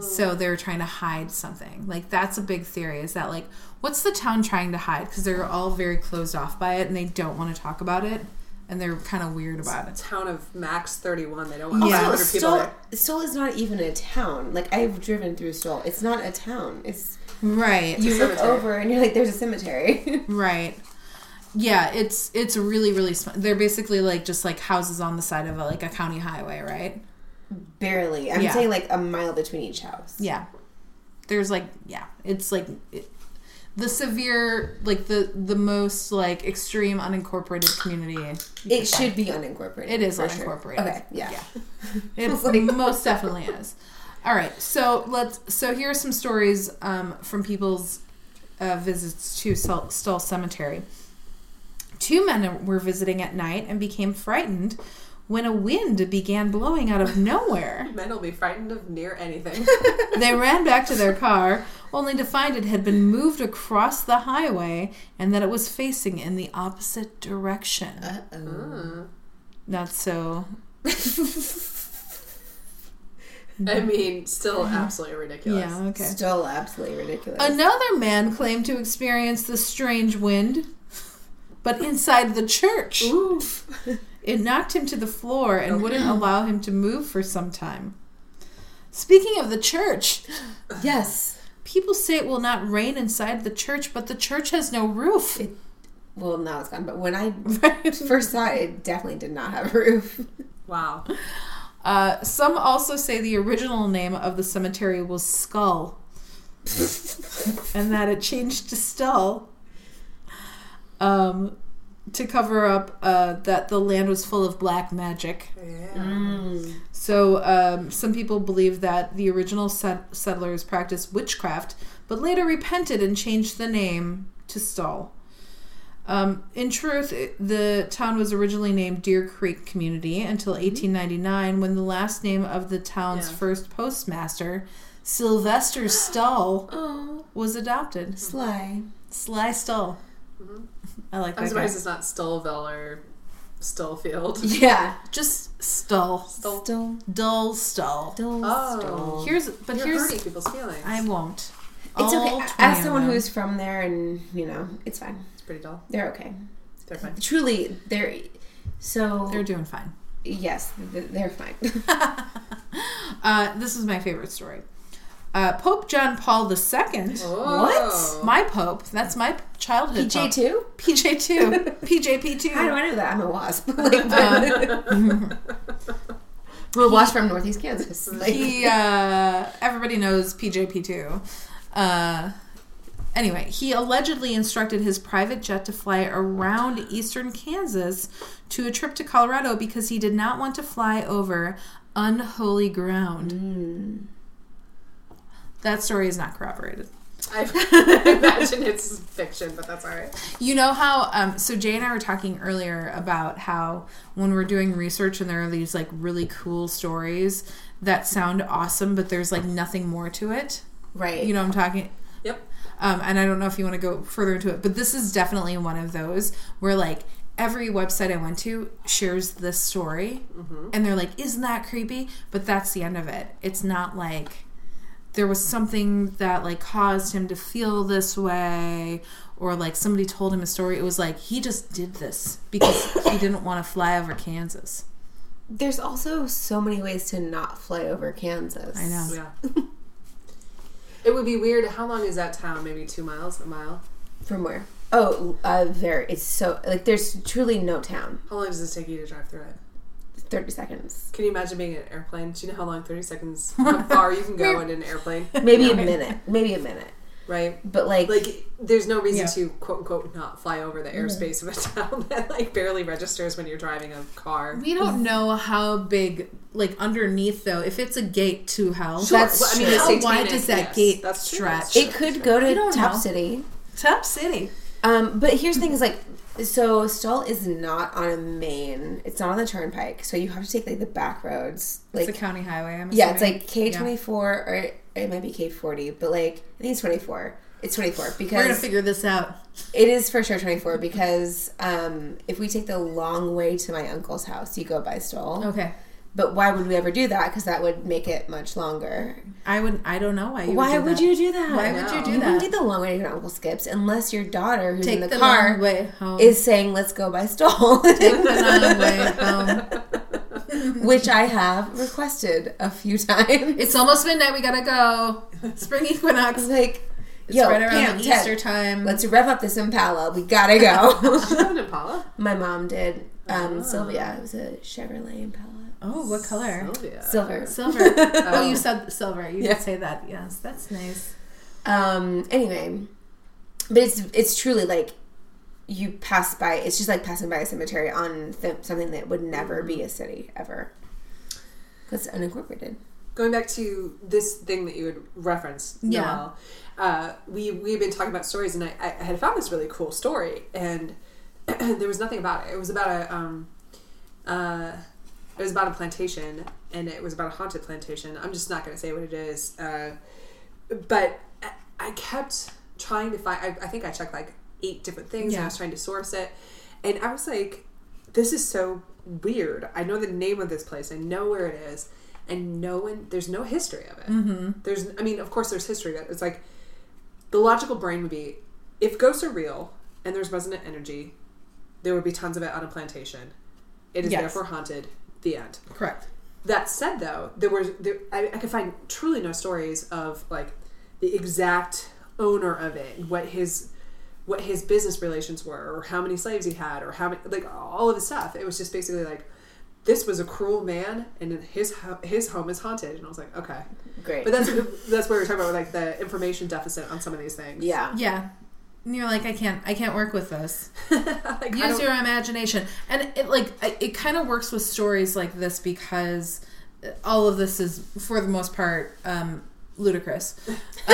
So they're trying to hide something. Like that's a big theory is that like what's the town trying to hide because they're all very closed off by it and they don't want to talk about it and they're kind of weird about it. Town of max 31. They don't want Yeah. 500 Also, people Stoll, there. Stoll is not even a town. Like I've driven through Stoll. It's not a town. It's Right. you look cemetery. over and you're like, there's a cemetery. Right. Yeah, it's it's really really small. They're basically like just like houses on the side of a, like a county highway, right? Barely. I'm Yeah. saying like a mile between each house. Yeah. There's like yeah, it's like it, the severe like the the most like extreme unincorporated community. It should be unincorporated. It is for sure. unincorporated. Okay. Yeah. It most definitely is. All right, so let's. So here are some stories um, from people's uh, visits to Sol- Stull Cemetery. Two men were visiting at night and became frightened when a wind began blowing out of nowhere. Men will be frightened of near anything. they ran back to their car, only to find it had been moved across the highway and that it was facing in the opposite direction. Not so. I mean, still absolutely ridiculous. Yeah, okay. Still absolutely ridiculous. Another man claimed to experience the strange wind, but inside the church. Oof. It knocked him to the floor and wouldn't allow him to move for some time. Speaking of the church, yes. people say it will not rain inside the church, but the church has no roof. It- Well, now it's gone. But when I first saw it, it definitely did not have a roof. Wow. Uh, some also say the original name of the cemetery was Skull, and that it changed to Stull um, to cover up uh, that the land was full of black magic. Yeah. So um, some people believe that the original set- settlers practiced witchcraft, but later repented and changed the name to Stull. Um, in truth, it- the town was originally named Deer Creek Community until 1899, when the last name of the town's Mm-hmm. Yeah. first postmaster, Sylvester Stull, Oh, was adopted. sly. Sly Stull. I like Mm-hmm. I'm that. surprised guy. it's not Stillville or Stillfield. Yeah. Just Stull. Still. Still, Dull Stull. still, Oh. still. Here's, but You're here's. hurting people's feelings. I won't. It's All okay. 20 Ask of someone them. who's from there, and you know, it's fine. it's pretty dull. They're okay. They're fine. Truly, they're so. They're doing fine. yes, th- they're fine. Uh, this is my favorite story. Uh, pope John Paul II. Oh. My pope. That's my childhood PJ pope. too. PJ2. How do PJP2. I know that? I'm a wasp. like, Uh, we're a wasp from Northeast Kansas. Like, He, uh, everybody knows PJP2. Uh, anyway, he allegedly instructed his private jet to fly around eastern Kansas to a trip to Colorado because he did not want to fly over unholy ground. Hmm. That story is not corroborated. I imagine it's fiction, but that's all right. You know how? Um, so Jay and I were talking earlier about how when we're doing research and there are these like really cool stories that sound awesome, but there's like nothing more to it. right. You know what I'm talking? Yep. Um, and I don't know if you want to go further into it, but this is definitely one of those where like every website I went to shares this story, and they're like, "Isn't that creepy?" But that's the end of it. It's not like there was something that like caused him to feel this way or like somebody told him a story it was like he just did this because he didn't want to fly over kansas There's also so many ways to not fly over Kansas. i know Yeah. it would be weird. How long is that town? Maybe two miles, a mile? From where? Oh, uh, very. It's so like there's truly no town. How long does it take you to drive through it? Thirty seconds, Can you imagine being in an airplane? Do you know how long 30 seconds, how far you can go in an airplane? maybe a minute, maybe a minute. Right? But like, Like, there's no reason Yeah. Mm-hmm. to quote unquote not fly over the airspace of a town that like barely registers when you're driving a car. We don't know how big, like underneath though, if it's a gate to hell. Sure. That's Well, I mean, the true. How satanic- wide does that yes, gate that's true. stretch? it could go We to don't Top know. City. Top city. Um, but here's the thing: is like, Mm-hmm. so Stull is not on a main. It's not on the turnpike, so you have to take like the back roads. Like, It's a county highway. I'm yeah, it's assuming. like K twenty four or it- it might be K forty, but like I think it's twenty four. It's twenty four We're gonna because figure this out. it is for sure twenty four because um, if we take the long way to my uncle's house, you go by Stoll. Okay. But why would we ever do that? Because that would make it much longer. I would. I don't know why. You Why would, would do you do that? Why would you do You wouldn't that? take the long way to your Uncle Skip's unless your daughter, who's that? in the, Take the car, long way home. is saying, "Let's go by Stoll," Take the long way home. which I have requested a few times. It's almost midnight. We gotta go. Spring equinox. It's like, It's yo, right around Pam, the Ted, Easter time. Let's rev up this Impala. We gotta go. Did you have an Impala? My mom did. Um, Oh. Sylvia. It was a Chevrolet Impala. oh, what color? yeah. Silver. Silver. Um, oh, you said silver. You Um, Yeah. did say that. Yes, that's nice. Um. Anyway, but it's it's truly like you pass by. It's just like passing by a cemetery on th- something that would never be a city ever. Because unincorporated. going back to this thing that you had referenced, Yeah. Noelle, uh, we we've been talking about stories, and I, I had found this really cool story, and there was nothing about it. It was about a um, uh, it was about a plantation, and it was about a haunted plantation. I'm just not going to say what it is, uh, but I, I kept trying to find. I, I think I checked like eight different things, and Yeah. I was trying to source it, and I was like, "This is so weird. I know the name of this place. I know where it is." and no one there's no history of it Mm-hmm. there's i mean of course there's history that it's like the logical brain would be if ghosts are real and there's resonant energy there would be tons of it on a plantation it is Yes. therefore haunted the end Correct. that said though there was there, I, I could find truly no stories of like the exact owner of it and what his what his business relations were or how many slaves he had or how many like all of his stuff it was just basically like this was a cruel man and then his ho- his home is haunted and i was like okay Great. but that's that's where we're talking about like the information deficit on some of these things yeah. Yeah. And you're like, I can't, I can't work with this. like, I Use don't- your imagination, and it like I- it kind of works with stories like this because all of this is for the most part um, ludicrous.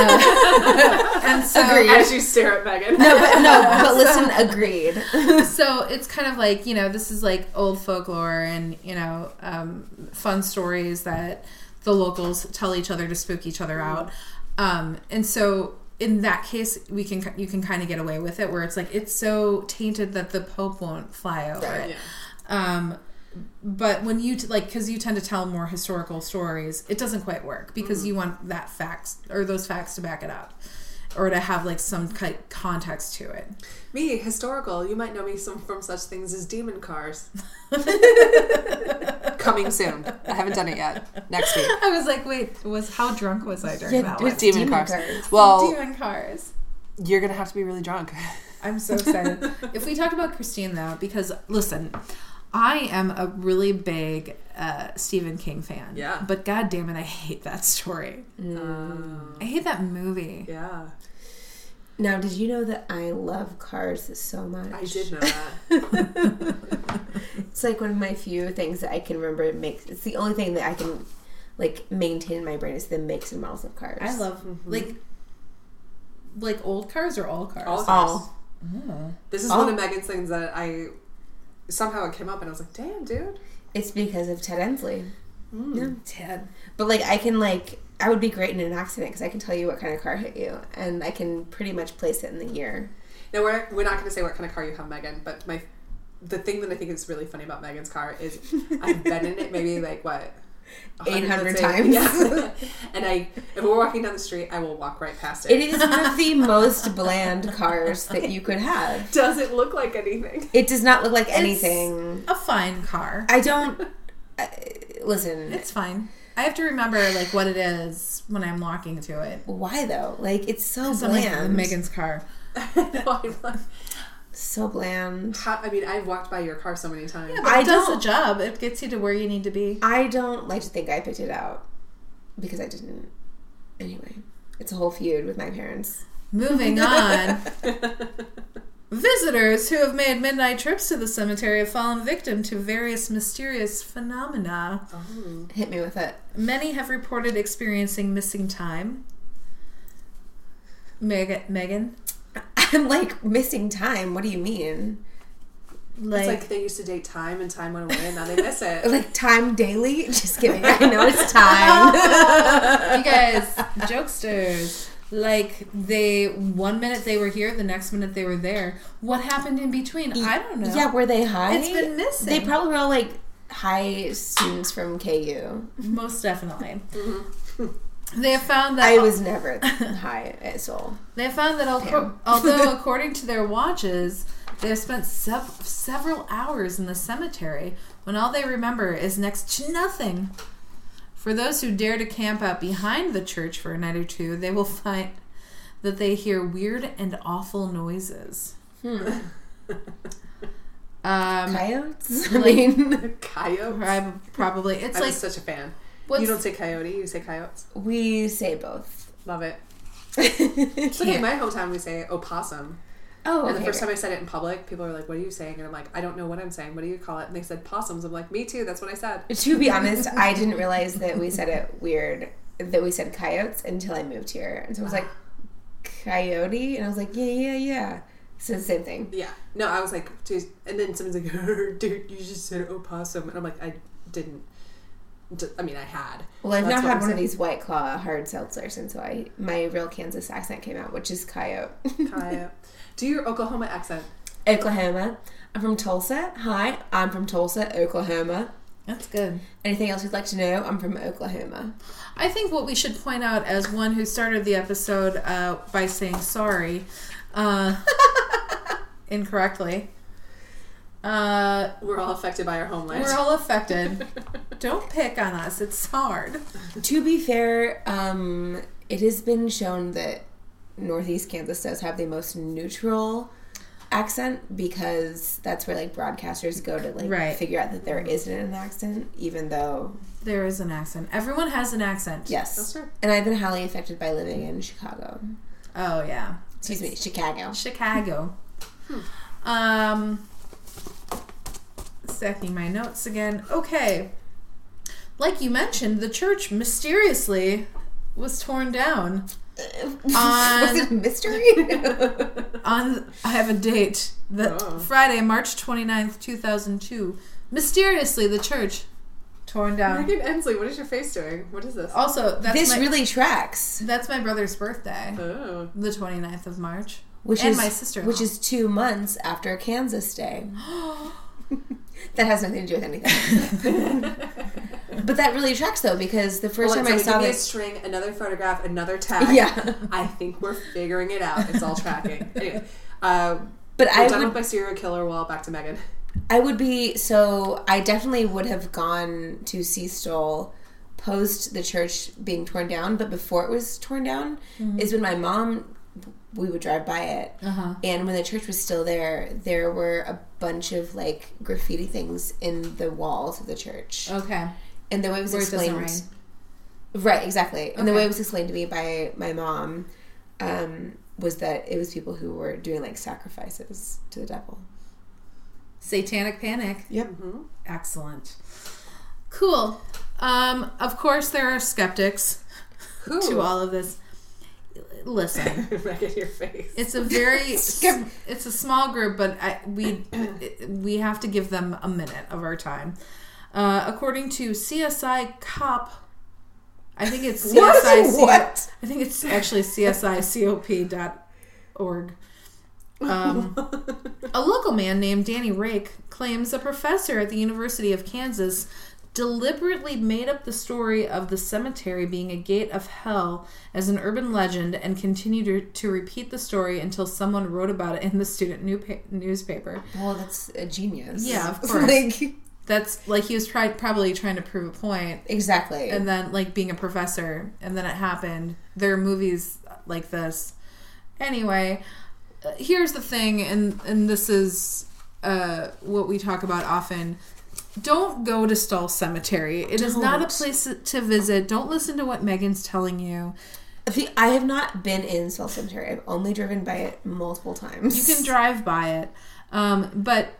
Uh, and so, Agreed. as you stare at megan No, but no, but listen, agreed. so it's kind of like you know this is like old folklore and you know um, fun stories that the locals tell each other to spook each other out um, and so in that case we can you can kind of get away with it where it's like it's so tainted that the pope won't fly over Right, it um, but when you t- like because you tend to tell more historical stories it doesn't quite work because you want that facts or those facts to back it up or to have like some kind context to it me historical you might know me some from such things as demon cars coming soon i haven't done it yet next week I was like, wait, was how drunk was I during that with one? It's demon, demon cars. cars. Well, Demon cars. you're gonna have to be really drunk. I'm so excited. if we talk about Christine though, because listen, I am a really big uh, Stephen King fan. Yeah. But god damn it, I hate that story. I hate that movie. Um, yeah, Now, did you know that I love cars so much? I did know that. It's like one of my few things that I can remember. It makes it's the only thing that I can like maintain in my brain is the makes and models of cars. I love like like old cars or all cars? All cars. all. This is Oh. one of Megan's things that I somehow it came up, and I was like, "Damn, dude." It's because of Ted Ensley. Hmm. Ted. But like I can like I would be great in an accident because I can tell you what kind of car hit you and I can pretty much place it in the year. Now we're we're not gonna say what kind of car you have, Megan, but my the thing that I think is really funny about Megan's car is I've been in it maybe like what. a 800 let's say. times. Yeah. and I, if we're walking down the street, I will walk right past it. It is one of the most bland cars that you could have. doesn't look like anything. It does not look like anything. A fine car. I don't I, listen. It's fine. I have to remember like what it is when I'm walking to it. why though? Like it's so So I'm like, bland. Megan's car. no, I'm like, So bland. how, I mean, I've walked by your car so many times. Yeah, but I it does don't- the job. It gets you to where you need to be. I don't like to think I picked it out because I didn't. Anyway, it's a whole feud with my parents. Moving on. Visitors who have made midnight trips to the cemetery have fallen victim to various mysterious phenomena. Oh. Hit me with it. Many have reported experiencing missing time. Megan, Megan, I'm like missing time. What do you mean? like, It's like they used to date time and time went away and now they miss it. Like time daily? Just kidding. I know it's time. you guys, jokesters. Like they, one minute they were here, the next minute they were there. What happened in between? I don't know. Yeah, were they high? It's been missing. They probably were all like high students from KU. most definitely. They have found that I was never high at Seoul. They found that al- although, according to their watches, they have spent sev- several hours in the cemetery when all they remember is next to nothing. For those who dare to camp out behind the church for a night or two, they will find that they hear weird and awful noises. um, Coyotes? I mean, Coyote. prob- probably it's I'm like such a fan. what's- You don't say coyote, you say coyotes. we say both. Love it. It's oh, like in my hometown we say opossum. And the okay. first time I said it in public, people were like, What are you saying? And I'm like, I don't know what I'm saying. What do you call it? And they said possums. I'm like, Me too. That's what I said. To be honest, I didn't realize that we said it weird, that we said coyotes until I moved here. And so I was like, coyote? And I was like, yeah, yeah, yeah. So the same thing. Yeah. No, I was like, Geez. And then someone's like, Dude, you just said opossum. And I'm like, I didn't. D- I mean, I had. Well, I've That's now what had I'm one saying. of these White Claw hard seltzers, and so I my real Kansas accent came out, which is coyote. Coyote. Do your Oklahoma accent. Oklahoma. I'm from Tulsa. Hi, I'm from Tulsa, Oklahoma. that's good. Anything else you'd like to know? I'm from Oklahoma. I think what we should point out as one who started the episode uh, by saying sorry uh, incorrectly. Uh, We're all affected by our homeland. we're all affected. Don't pick on us. It's hard. To be fair, um, it has been shown that Northeast Kansas does have the most neutral accent because that's where like broadcasters go to like Right. figure out that there isn't an accent, even though There is an accent. Everyone has an accent. yes, That's true. And I've been highly affected by living in Chicago. Oh yeah. Excuse me, Chicago. Chicago. Um, stacking my notes again. Okay. Like you mentioned, the church mysteriously was torn down. Was it a mystery? on I have a date that Oh. Friday, March 29th, 2002. Mysteriously, the church torn down. Megan Ensley, what is your face doing? What is this? Also, that's this my, really tracks, that's my brother's birthday, Oh. the 29th of March. which And is my sister-in-law. which is two months after Kansas Day. that has nothing to do with anything. but that really tracks though, because the first Hold on, time I somebody saw give me a this, string, another photograph, another tag. Yeah. I think we're figuring it out. It's all tracking. anyway, uh, but we're I done would with my serial killer wall. Back to Megan. I would be so I definitely would have gone to Seastole post the church being torn down, but before it was torn down is when my mom we would drive by it. Uh-huh. And when the church was still there, there were a bunch of like graffiti things in the walls of the church. Okay. And the way it was Where it doesn't explained Right, exactly. And the Okay. way it was explained to me by my mom um, was that it was people who were doing like sacrifices to the devil. Satanic panic. Yep. Excellent. Cool. Um, of course, there are skeptics Who? to all of this. Listen, Megan, your face. It's a very s- it's a small group, but I, we we have to give them a minute of our time. Uh, according to CSI Cop, I think it's CSI. What? What? I think it's actually CSICOP.org. Um, a local man named Danny Rake claims a professor at the University of Kansas deliberately made up the story of the cemetery being a gate of hell as an urban legend and continued to, to repeat the story until someone wrote about it in the student new newspaper. Well, that's a genius. Yeah, of course. like That's like he was try- probably trying to prove a point exactly. and then like being a professor and then it happened. There are movies like this. Anyway, uh, here's the thing, and and this is uh, what we talk about often. Don't go to Stull Cemetery. It is not a place to visit. Don't listen to what Megan's telling you. The, I have not been in Soul Cemetery. I've only driven by it multiple times. You can drive by it. Um, but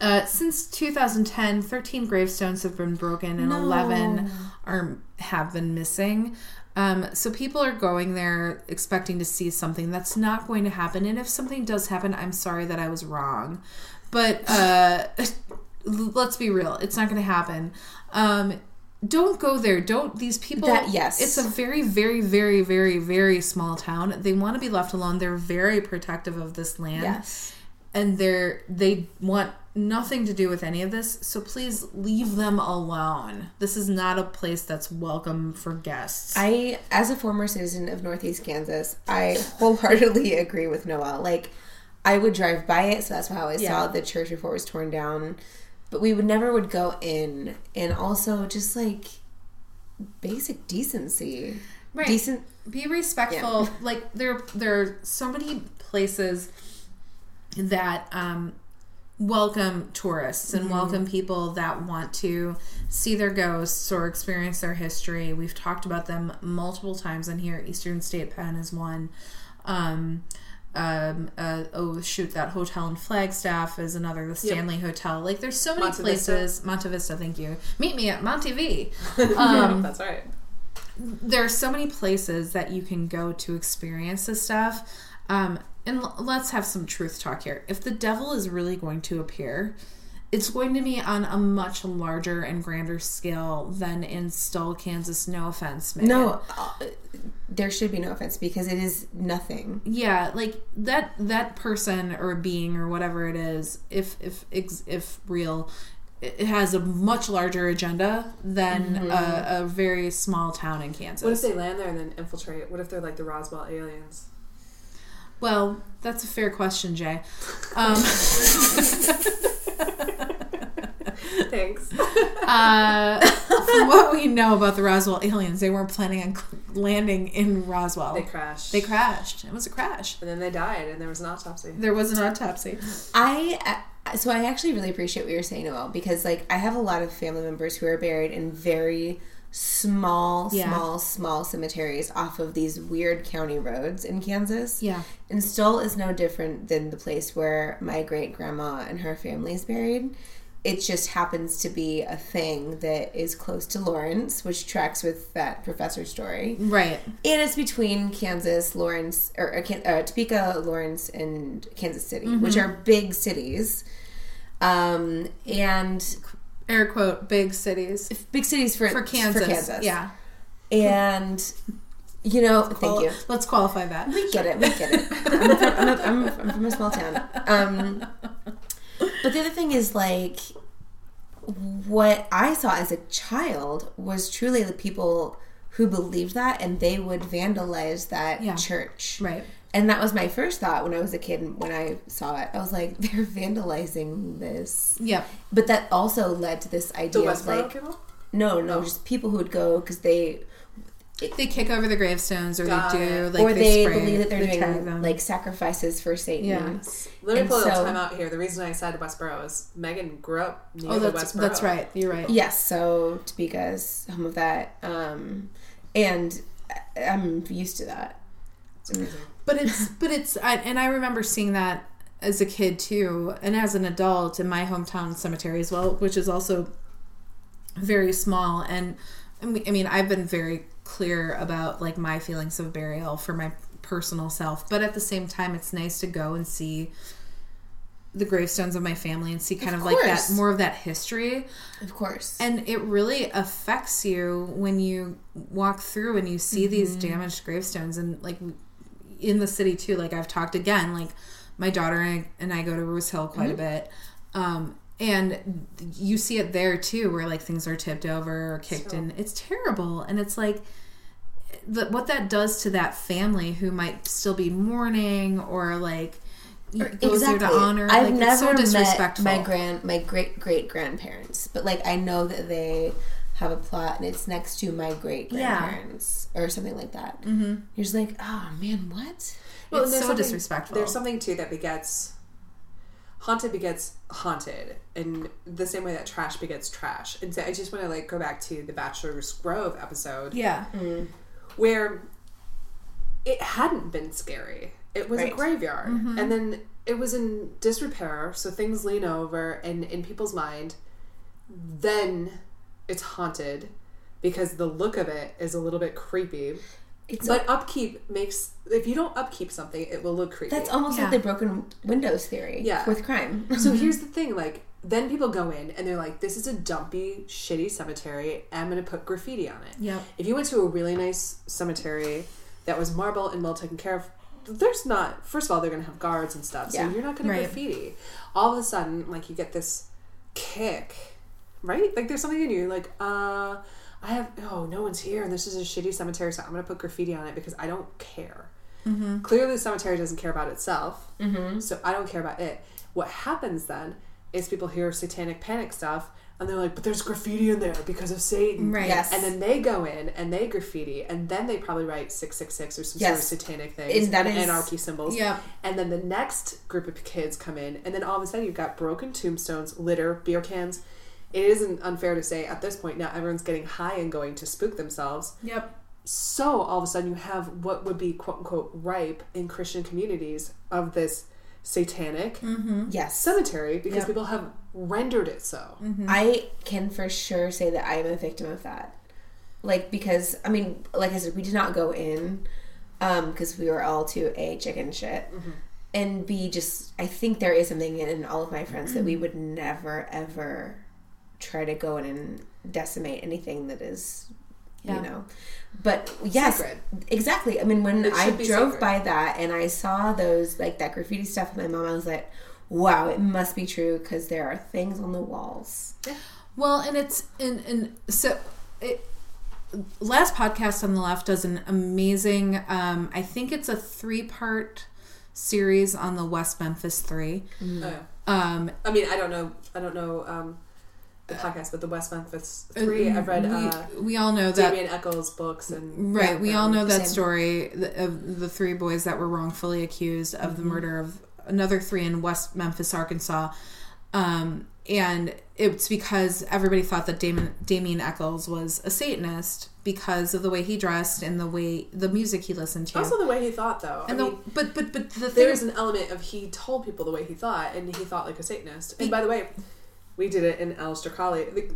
uh, since 2010, 13 gravestones have been broken and 11 are have been missing. Um, so people are going there expecting to see something that's not going to happen. And if something does happen, I'm sorry that I was wrong. But uh, let's be real, it's not going to happen. Um, don't go there. Don't these people? That- yes. it's a very, very, very, very, very small town. They want to be left alone. They're very protective of this land Yes. and they're they want nothing to do with any of this so please leave them alone this is not a place that's welcome for guests I, as a former citizen of Northeast Kansas, I wholeheartedly agree with Noel. Like, I would drive by it, so that's why I always saw the church before it was torn down. But we would never would go in, and also just like basic decency, Right. decent. be respectful like there there are so many places that um welcome tourists Mm-hmm. and welcome people that want to see their ghosts or experience their history we've talked about them multiple times on here eastern state pen is one um um uh, oh shoot that hotel in flagstaff is another the stanley hotel like there's so many Monte Vista. places monte vista thank you meet me at monte v Um, That's all right. there are so many places that you can go to experience this stuff. Um, and l- let's have some truth talk here. If the devil is really going to appear, it's going to be on a much larger and grander scale than in Stull, Kansas. No offense, Megan. No, uh, there should be no offense because it is nothing. yeah like that that person or being or whatever it is if if ex- if real it it has a much larger agenda than a, a very small town in kansas Mm-hmm. What if they land there and then infiltrate? What if they're like the Roswell aliens? Well, that's a fair question, Jay. Um, Thanks. uh, from what we know about the Roswell aliens, they weren't planning on cl- landing in Roswell. They crashed. They crashed. It was a crash. And then they died, and there was an autopsy. There was an autopsy. I uh, so I actually really appreciate what you're saying, Noel, because like I have a lot of family members who are buried in very small, Yeah. small, small cemeteries off of these weird county roads in Kansas. Yeah. And Stoll is no different than the place where my great grandma and her family is buried. It just happens to be a thing that is close to Lawrence, which tracks with that professor story. Right. And it's between Kansas, Lawrence, or, or Kan- uh, Topeka, Lawrence, and Kansas City, which are big cities. Um, and Air quote, big cities. big cities for For Kansas. For Kansas. Yeah. And, you know, thank you. Well, Let's qualify that. We get it. We get it. I'm from, I'm a, I'm, I'm from a small town. Um, but the other thing is, like, what I saw as a child was truly the people who believed that and they would vandalize that Yeah. church. Right. And that was my first thought when I was a kid and when I saw it. I was like, they're vandalizing this. Yep. But that also led to this idea The of Westboro like, people? no, no, just people who would go because they They kick over the gravestones, or Got they do, it. like or they, spray, believe that they're they tag doing them. like mm, sacrifices for Satan. Yeah. Oh, Let me And pull a so- little time out here. The reason I said Westboro is Megan grew up near oh, the that's Westboro. that's right. You're right. Yes, so Topeka's home of that, um, and I- I'm used to that. But it's but it's I, and I remember seeing that as a kid too, and as an adult in my hometown cemetery as well, which is also very small. And I mean- I mean, I've been very clear about like my feelings of burial for my personal self, but at the same time, it's nice to go and see the gravestones of my family and see kind of, like that course. more of that history Of course, and it really affects you when you walk through and you see these Mm-hmm. damaged gravestones and like in the city too like i've talked again like my daughter and i, and I go to roose hill quite Mm-hmm. a bit um and you see it there too where like things are tipped over or kicked and it's terrible and it's like the, what that does to that family who might still be mourning or like goes there to honor I've like, never it's so met disrespectful my grand, my great great grandparents, but like I know that they have a plot and it's next to my great Yeah. grandparents or something like that. Mm-hmm. You're just like, oh man, what? Well, It's and there's so something- disrespectful. There's something too that begets haunted begets haunted, and the same way that trash begets trash. And so I just want to like go back to the Bachelor's Grove episode yeah. Mm. where it hadn't been scary. It was a Right. Mm-hmm. graveyard, and then it was in disrepair, so things lean over, and in people's mind, then it's haunted because the look of it is a little bit creepy. It's But upkeep makes if you don't upkeep something, it will look creepy. that's almost Yeah. Mm-hmm. like the broken windows theory Yeah. with crime. So here's the thing, like then people go in and they're like, "This is a dumpy, shitty cemetery. I'm gonna put graffiti on it." Yep. If you went to a really nice cemetery that was marble and well taken care of, there's not. First of all, they're gonna have guards and stuff, so Yeah. you're not gonna Right. graffiti. All of a sudden, like you get this kick, right? Like there's something in you, like, uh, I have oh, no one's here, and this is a shitty cemetery, so I'm gonna put graffiti on it because I don't care. Mm-hmm. Clearly, the cemetery doesn't care about itself, so I don't care about it. What happens then is people hear satanic panic stuff, and they're like, "But there's graffiti in there because of Satan." Right. Yes. And then they go in and they graffiti, and then they probably write six six six or some Yes. sort of satanic things, And that is- anarchy symbols. Yeah. And then the next group of kids come in, and then all of a sudden you've got broken tombstones, litter, beer cans. It isn't unfair to say at this point now everyone's getting high and going to spook themselves. Yep. So all of a sudden you have what would be quote unquote ripe in Christian communities of this satanic Mm. yes. cemetery because Yeah. people have rendered it so. Mm-hmm. I can for sure say that I am a victim of that. Like because I mean, like I said, we did not go in um because we were all too a chicken shit. Mm-hmm. And B, just I think there is something in, in all of my friends that Mm-hmm. we would never ever try to go in and decimate anything that is, Yeah. you know. But yes, Sacred. exactly. I mean, when It I should be drove sacred. by that and I saw those like that graffiti stuff with my mom, I was like, "Wow, it must be true because there are things on the walls." Well, and it's and and so it, last podcast on the left does an amazing. Um, I think it's a three part series on the West Memphis Three. Oh, yeah. Um, I mean, I don't know. I don't know um, the podcast, but the West Memphis Three. I've read Uh, mm, we, uh, we all know that Damien Eccles' books and Right. we all know that Same. story th- of the three boys that were wrongfully accused of Mm-hmm. the murder of another three in West Memphis, Arkansas. Um, and it's because everybody thought that Damon, Damien Eccles was a Satanist because of the way he dressed and the way the music he listened to. Also, the way he thought, though. and I the, mean, but but but the thing there is, is an element of he told people the way he thought, and he thought like a Satanist. And by the way, we did it in Aleister Crowley. The,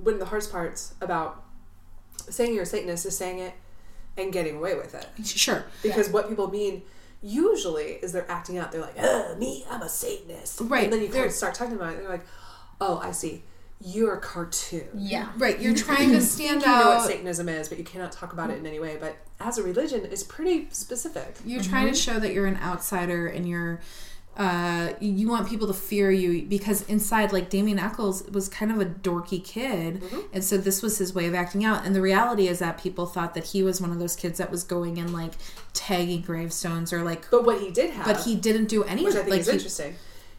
one of the hardest parts about saying you're a Satanist is saying it and getting away with it. sure, Because what people mean usually is they're acting out. They're like, Ugh, me, I'm a Satanist. Right, And then you they're- start talking about it, and they're like, oh, I see. You're a cartoon. Yeah. right? You're trying to stand you know out. what Satanism is, but you cannot talk about it in any way. But as a religion, it's pretty specific. You're trying Mm-hmm. to show that you're an outsider and you're uh you want people to fear you because inside like Damien Eccles was kind of a dorky kid Mm-hmm. and so this was his way of acting out and the reality is that people thought that he was one of those kids that was going and like tagging gravestones or like But what he did have, but he didn't do any which of I it think like is he, interesting,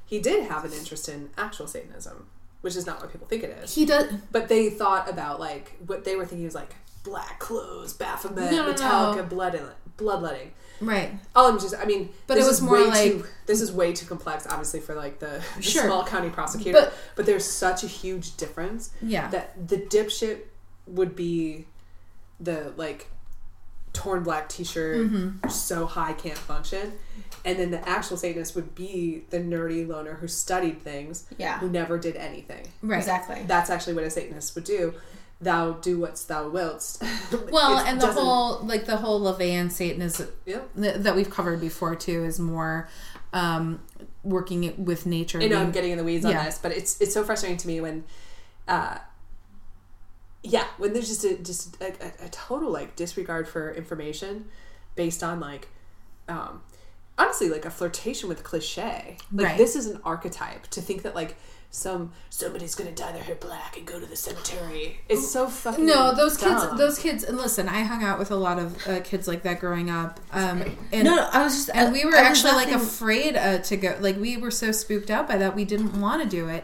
he did have an interest in actual Satanism, which is not what people think it is. he does But they thought about like what they were thinking was like black clothes, Baphomet, No, no, Metallica, no. blood bloodletting. right All I'm Oh, just, I mean, But this it was is more way like- too, this is way too complex, obviously, for like the, the Sure. small county prosecutor. But- But, there's such a huge difference. Yeah. that the dipshit would be the like torn black T-shirt, Mm-hmm. so high can't function, and then the actual Satanist would be the nerdy loner who studied things, Yeah. who never did anything. right Exactly. That's actually what a Satanist would do. Thou do what thou willst. well It and the doesn't- whole like the whole Levian Satanism yeah. th- that we've covered before too is more um working it with nature I know I'm being- getting in the weeds Yeah. on this, but it's it's so frustrating to me when, uh, yeah, when there's just a just a, a, a total like disregard for information based on like, um, honestly like a flirtation with cliche. Like Right. this is an archetype to think that like some somebody's gonna dye their hair black and go to the cemetery. It's so fucking No, those dumb. kids, those kids, and listen, I hung out with a lot of uh, kids like that growing up, um, and No, no, I was just. and I- we were I was actually like laughing- afraid uh, to go, like we were so spooked out by that we didn't want to do it,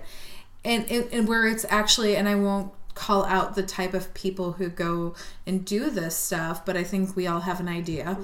and, and and where it's actually, and I won't call out the type of people who go and do this stuff, but I think we all have an idea.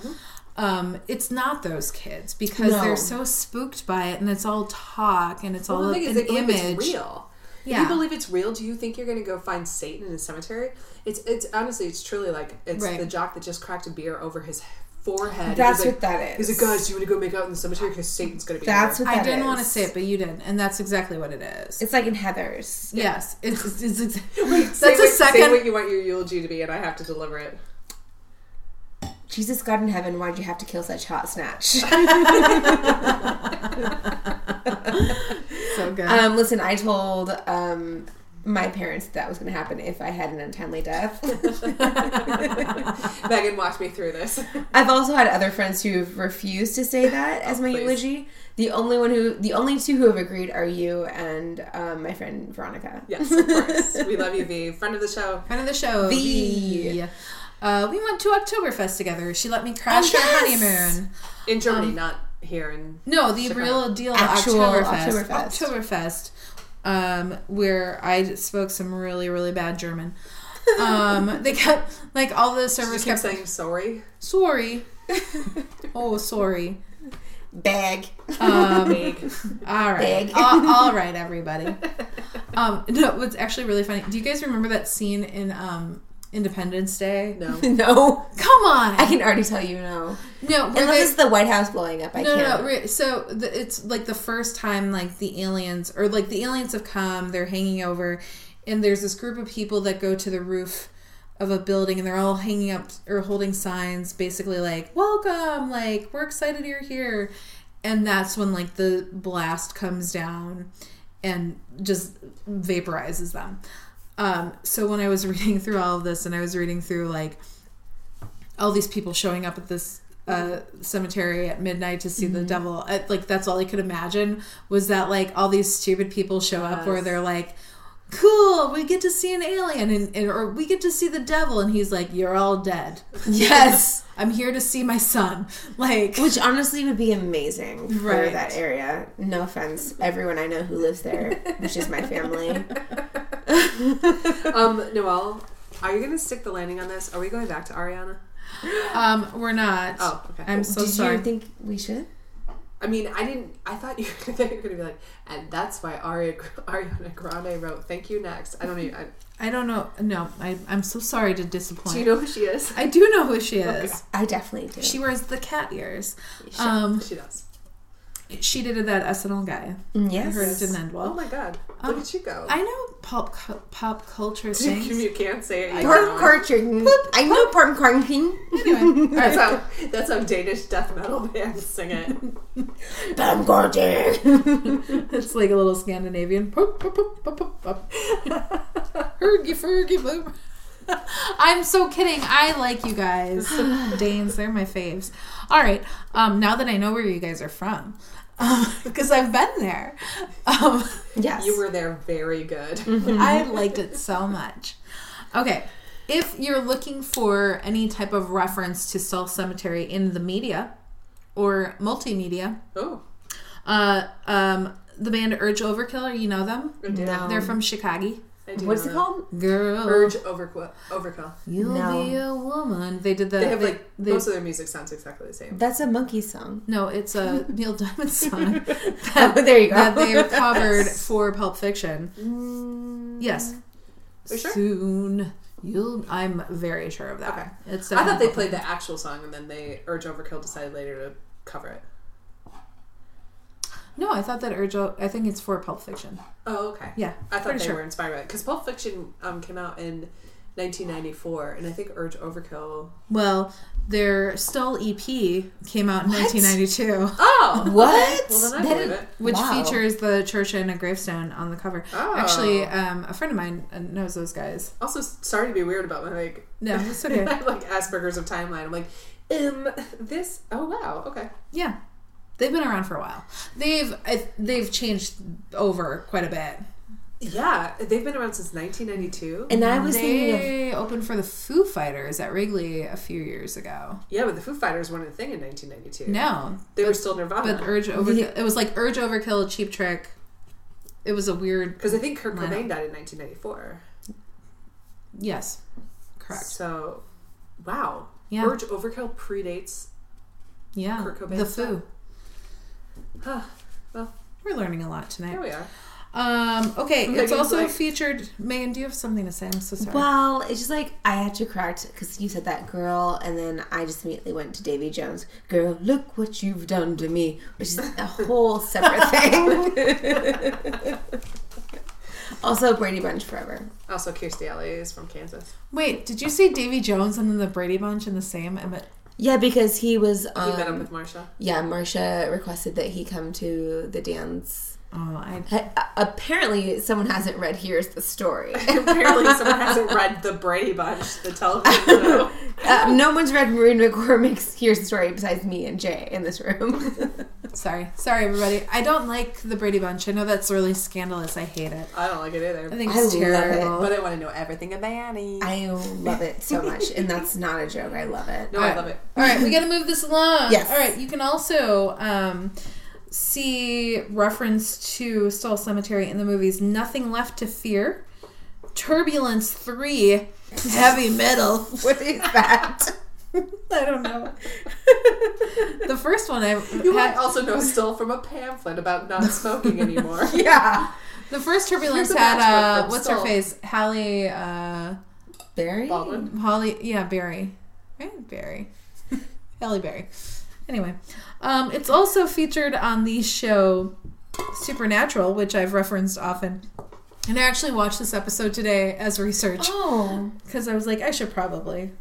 Um, it's not those kids because No. they're so spooked by it, and it's all talk and it's Well, all the thing is, an they believe image. it's real. If Yeah. you believe it's real, do you think you're going to go find Satan in a cemetery? It's it's honestly, it's truly like it's Right. the jock that just cracked a beer over his forehead. He That's was like, what that is. He's like, guys, do you want to go make out in the cemetery because Satan's going to be That's there. what I that didn't want to is. say it, but you did, and that's exactly what it is. It's like in Heather's. yes, it's, it's, it's that's Say a what- Say second. what you want your eulogy to be, and I have to deliver it. Jesus, God in heaven, why'd you have to kill such hot snatch? so good. um, listen, I told um, my parents that was going to happen if I had an untimely death. Megan walked me through this. I've also had other friends who've refused to say Oh, that as my please. eulogy. The only one who, the only two who have agreed are you and um, my friend Veronica. Yes, of course. we love you, V. Friend of the show. Friend of the show. V. V. Uh, we went to Oktoberfest together. She let me crash Oh, her yes! honeymoon. In Germany, not here in No, the Chicago. real deal Actual Oktoberfest. Oktoberfest. Oktoberfest. Um, where I spoke some really, really bad German. Um, they kept like all the servers Just keep kept saying sorry. sorry. oh, sorry. Bag. Um, Big. all right, Big. all, all right, everybody. Um, no, what's actually really funny? Do you guys remember that scene in um, Independence Day? No. no, Come on, I can already tell you no. no. where Unless they- it's the White House blowing up, I no, can't. no, no. re- So the, it's like the first time, like the aliens or like the aliens have come. They're hanging over, and there's this group of people that go to the roof of a building, and they're all hanging up or holding signs, basically like "Welcome," like "We're excited you're here," and that's when like the blast comes down and just vaporizes them. Um, so when I was reading through all of this, and I was reading through like all these people showing up at this uh, cemetery at midnight to see the Mm-hmm. devil. I, like that's all I could imagine was that like all these stupid people show up where Yes. they're like, "Cool, we get to see an alien," and, and or we get to see the devil, and he's like, "You're all dead. Yes. I'm here to see my son." Like, Which honestly would be amazing for Right. that area. No offense, everyone I know who lives there, which is my family. Um, Noelle, are you going to stick the landing on this? Are we going back to Ariana? um, we're not. Oh, okay. I'm so Did sorry. you think we should? I mean, I didn't. I thought you, I thought you were going to be like, and that's why Ari, Ariana Grande wrote "Thank You" next. I don't even. I, I don't know. No, I, I'm so sorry to disappoint. do you know who she is? I do know who she is. I definitely do. She wears the cat ears. Um, she does. she did that SNL guy. I Mm, yes. heard it didn't end Oh well. my god! Um, Look at you go. I know pop cu- pop culture things. you can't say it. you Pork don't. corn I know pork corn king. Anyway, all That's right. how. That's how Danish death metal bands sing it. Pork corn king. it's like a little Scandinavian. Pop, pop, pop, pop, pop, pop. Hergy, fergy, boom. I'm so kidding. I like you guys. Danes, they're my faves. All right. Um, now that I know where you guys are from, because I've been there, um, Yes. You were there very good. I liked it so much. Okay. If you're looking for any type of reference to Soul Cemetery in the media or multimedia, Oh, uh, um, the band Urge Overkill, you know them? I do. No. They're from Chicago. I do What's know it that. called? Girl, Urge overkill. Overkill. you'll No. be a woman. They did the. They have like they- most of their music sounds exactly the same. That's a monkey song. no, it's a Neil Diamond song Oh, there you go. that they covered for Pulp Fiction. Yes. Are you Mm-hmm. sure? Soon you'll. I'm very sure of that. It's. I thought they definitely- played the actual song and then they Urge Overkill decided later to cover it. No, I thought that Urgel. I think it's for Pulp Fiction. Oh, okay. Yeah, I thought pretty they sure. were inspired by it because Pulp Fiction um, came out in 1994, and I think Urge Overkill. Well, their Stull EP came out in 1992, Oh, What? Well, then I That believe is- it. which Wow. features the church and a gravestone on the cover. Oh. Actually, um, a friend of mine uh, knows those guys. Also, sorry to be weird about my like, No, it's I okay. have, like Asperger's of timeline. I'm like, um, this. Oh wow, okay. yeah, they've been around for a while. They've I, they've changed over quite a bit. Yeah, they've been around since 1992. And I was thinking They opened for the Foo Fighters at Wrigley a few years ago. yeah, but the Foo Fighters weren't a thing in 1992. No, they were still Nirvana. but Urge Overkill. It was like Urge Overkill, Cheap Trick. It was a weird Because I think Kurt Why not? Cobain died in 1994. Yes. Correct. So, wow. Yeah. Urge Overkill predates. Yeah. Kurt Cobain's the stuff. foo. Huh. Well, We're learning a lot here tonight. we are. Um, okay, Megan's it's also like- featured. Megan, do you have something to say? I'm so sorry. Well, it's just like I had to correct because you said that girl, and then I just immediately went to Davy Jones. Girl, look what you've done to me, which is a whole separate thing. also, Brady Bunch forever. Also, Kirstie Alley is from Kansas. Wait, did you say Davy Jones and then the Brady Bunch in the same? Emmett? Yeah, because he was. He met up Um, with Marsha. yeah, Marcia requested that he come to the dance. Oh, I Ha- Apparently, someone hasn't read Here's the Story. Apparently, someone hasn't read The Brady Bunch, the television show. Uh, no one's read Maureen McCormick's Here's the Story besides me and Jay in this room. sorry, sorry everybody. I don't like the Brady Bunch. I know that's really scandalous. I hate it. I don't like it I either. think I it's love it. terrible. But I want to know everything about it. I love it so much, and that's not a joke. I love it. no, I love it. All right, we got to move this along. Yes. All right, you can also um, see reference to Stall Cemetery in the movies Nothing Left to Fear, Turbulence 3, Heavy Metal. What is that? I don't know. the first one I You had, might also know still from a pamphlet about not smoking anymore. yeah, the first Turbulence Here's a had matchbook uh, from what's her Saul. face Hallie uh, Barry. Baldwin. Holly yeah Barry right Barry Halle Berry. Anyway, um, it's also featured on the show Supernatural, which I've referenced often. And I actually watched this episode today as research. Oh, because I was like, I should probably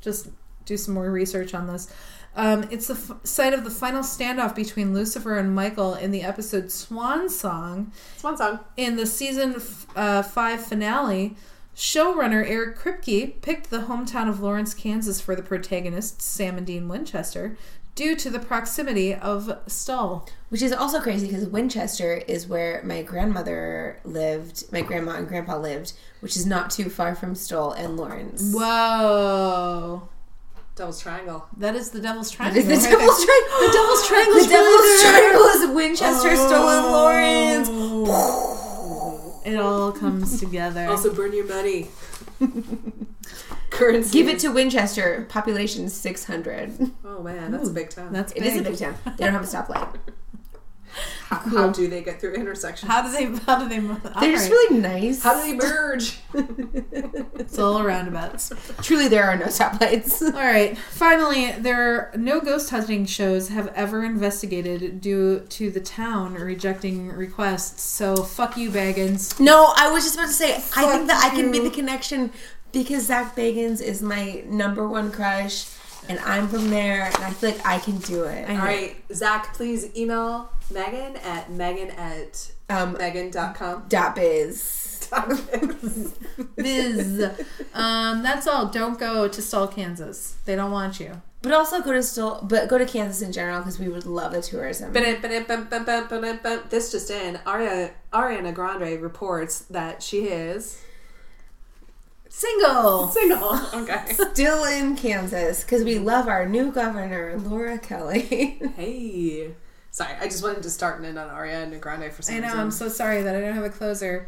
just do some more research on this. Um, it's the f- site of the final standoff between Lucifer and Michael in the episode Swan Song It's one song. in the season f- uh, five finale. Showrunner Eric Kripke picked the hometown of Lawrence, Kansas for the protagonists, Sam and Dean Winchester, due to the proximity of Stull. which is also crazy because Winchester is where my grandmother lived, my grandma and grandpa lived, which is not too far from Stoll and Lawrence. Whoa. Devil's Triangle. That is the Devil's That Triangle. is the right there. Devil's Triangle. The Devil's Triangle's The Devil's really there. Triangle is Winchester, Stoll, and Lawrence. It all comes together. Also, burn your money. Currency. Give it to Winchester. Population six hundred. Oh man, that's a big town. That's It big. is a big town. They don't have a stoplight. How, how do they get through intersections? How do they? How do they? They're They're just really nice. How do they merge? It's all roundabouts. Truly, there are no stoplights. All right. Finally, there are no ghost hunting shows have ever investigated due to the town rejecting requests. So fuck you, Baggins. No, I was just about to say, I think that I can be you. the connection because Zach Bagans is my number one crush, and I'm from there, and I feel like I can do it. I- All right, Zach, please email Megan at Megan at Um, Megan.com. dot biz. Biz. um, that's all. Don't go to Stall, Kansas. They don't want you. But also go to still, but go to Kansas in general because we would love the tourism. this just in, Aria, Ariana Grande reports that she is Single. single. Okay. still in Kansas because we love our new governor, Laura Kelly. hey. Sorry, I just wanted to start and end on Ariana Grande for some I know. reason. I'm so sorry that I don't have a closer.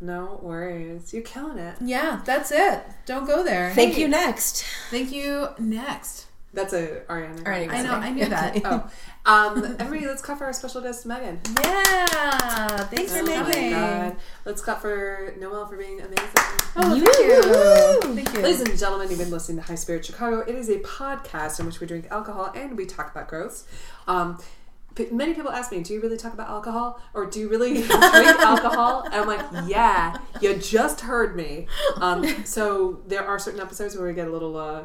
no worries. You're killing it. Yeah, that's it. Don't go there. Thank you. Next, Thank you. Next. That's a Ariana Grande. Ariana I know. I knew that. Oh. Um, everybody, let's clap for our special guest, Megan. Yeah. Thanks for oh my making. God. Let's clap for Noel for being amazing. Oh, You- thank you. Woo-hoo. Thank you. Ladies and gentlemen, you've been listening to High Spirit Chicago. It is a podcast in which we drink alcohol and we talk about growth. Um, p- many people ask me, "Do you really talk about alcohol, or do you really drink alcohol?" And I'm like, "Yeah, you just heard me." Um, so there are certain episodes where we get a little, uh,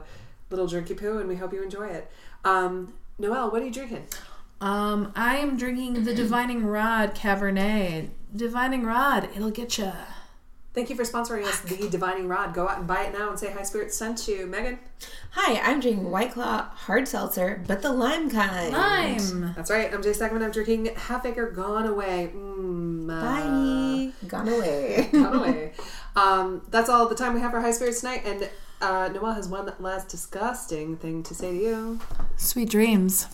little drinky poo, and we hope you enjoy it. Um, Noelle, what are you drinking? Um, I am drinking the Divining Rod Cabernet. Divining Rod, it'll get you. Thank you for sponsoring us, the Divining Rod. Go out and buy it now and say High Spirit sent you, Megan. hi, I'm drinking White Claw hard seltzer, but the lime kind. Lime. That's right. I'm Jay Sackman. I'm drinking Half Acre Gone Away. Mm, uh, Bye. Gone away. Gone Away. Um, that's all the time we have for High Spirits tonight. And uh, Noelle has one last disgusting thing to say to you. Sweet dreams.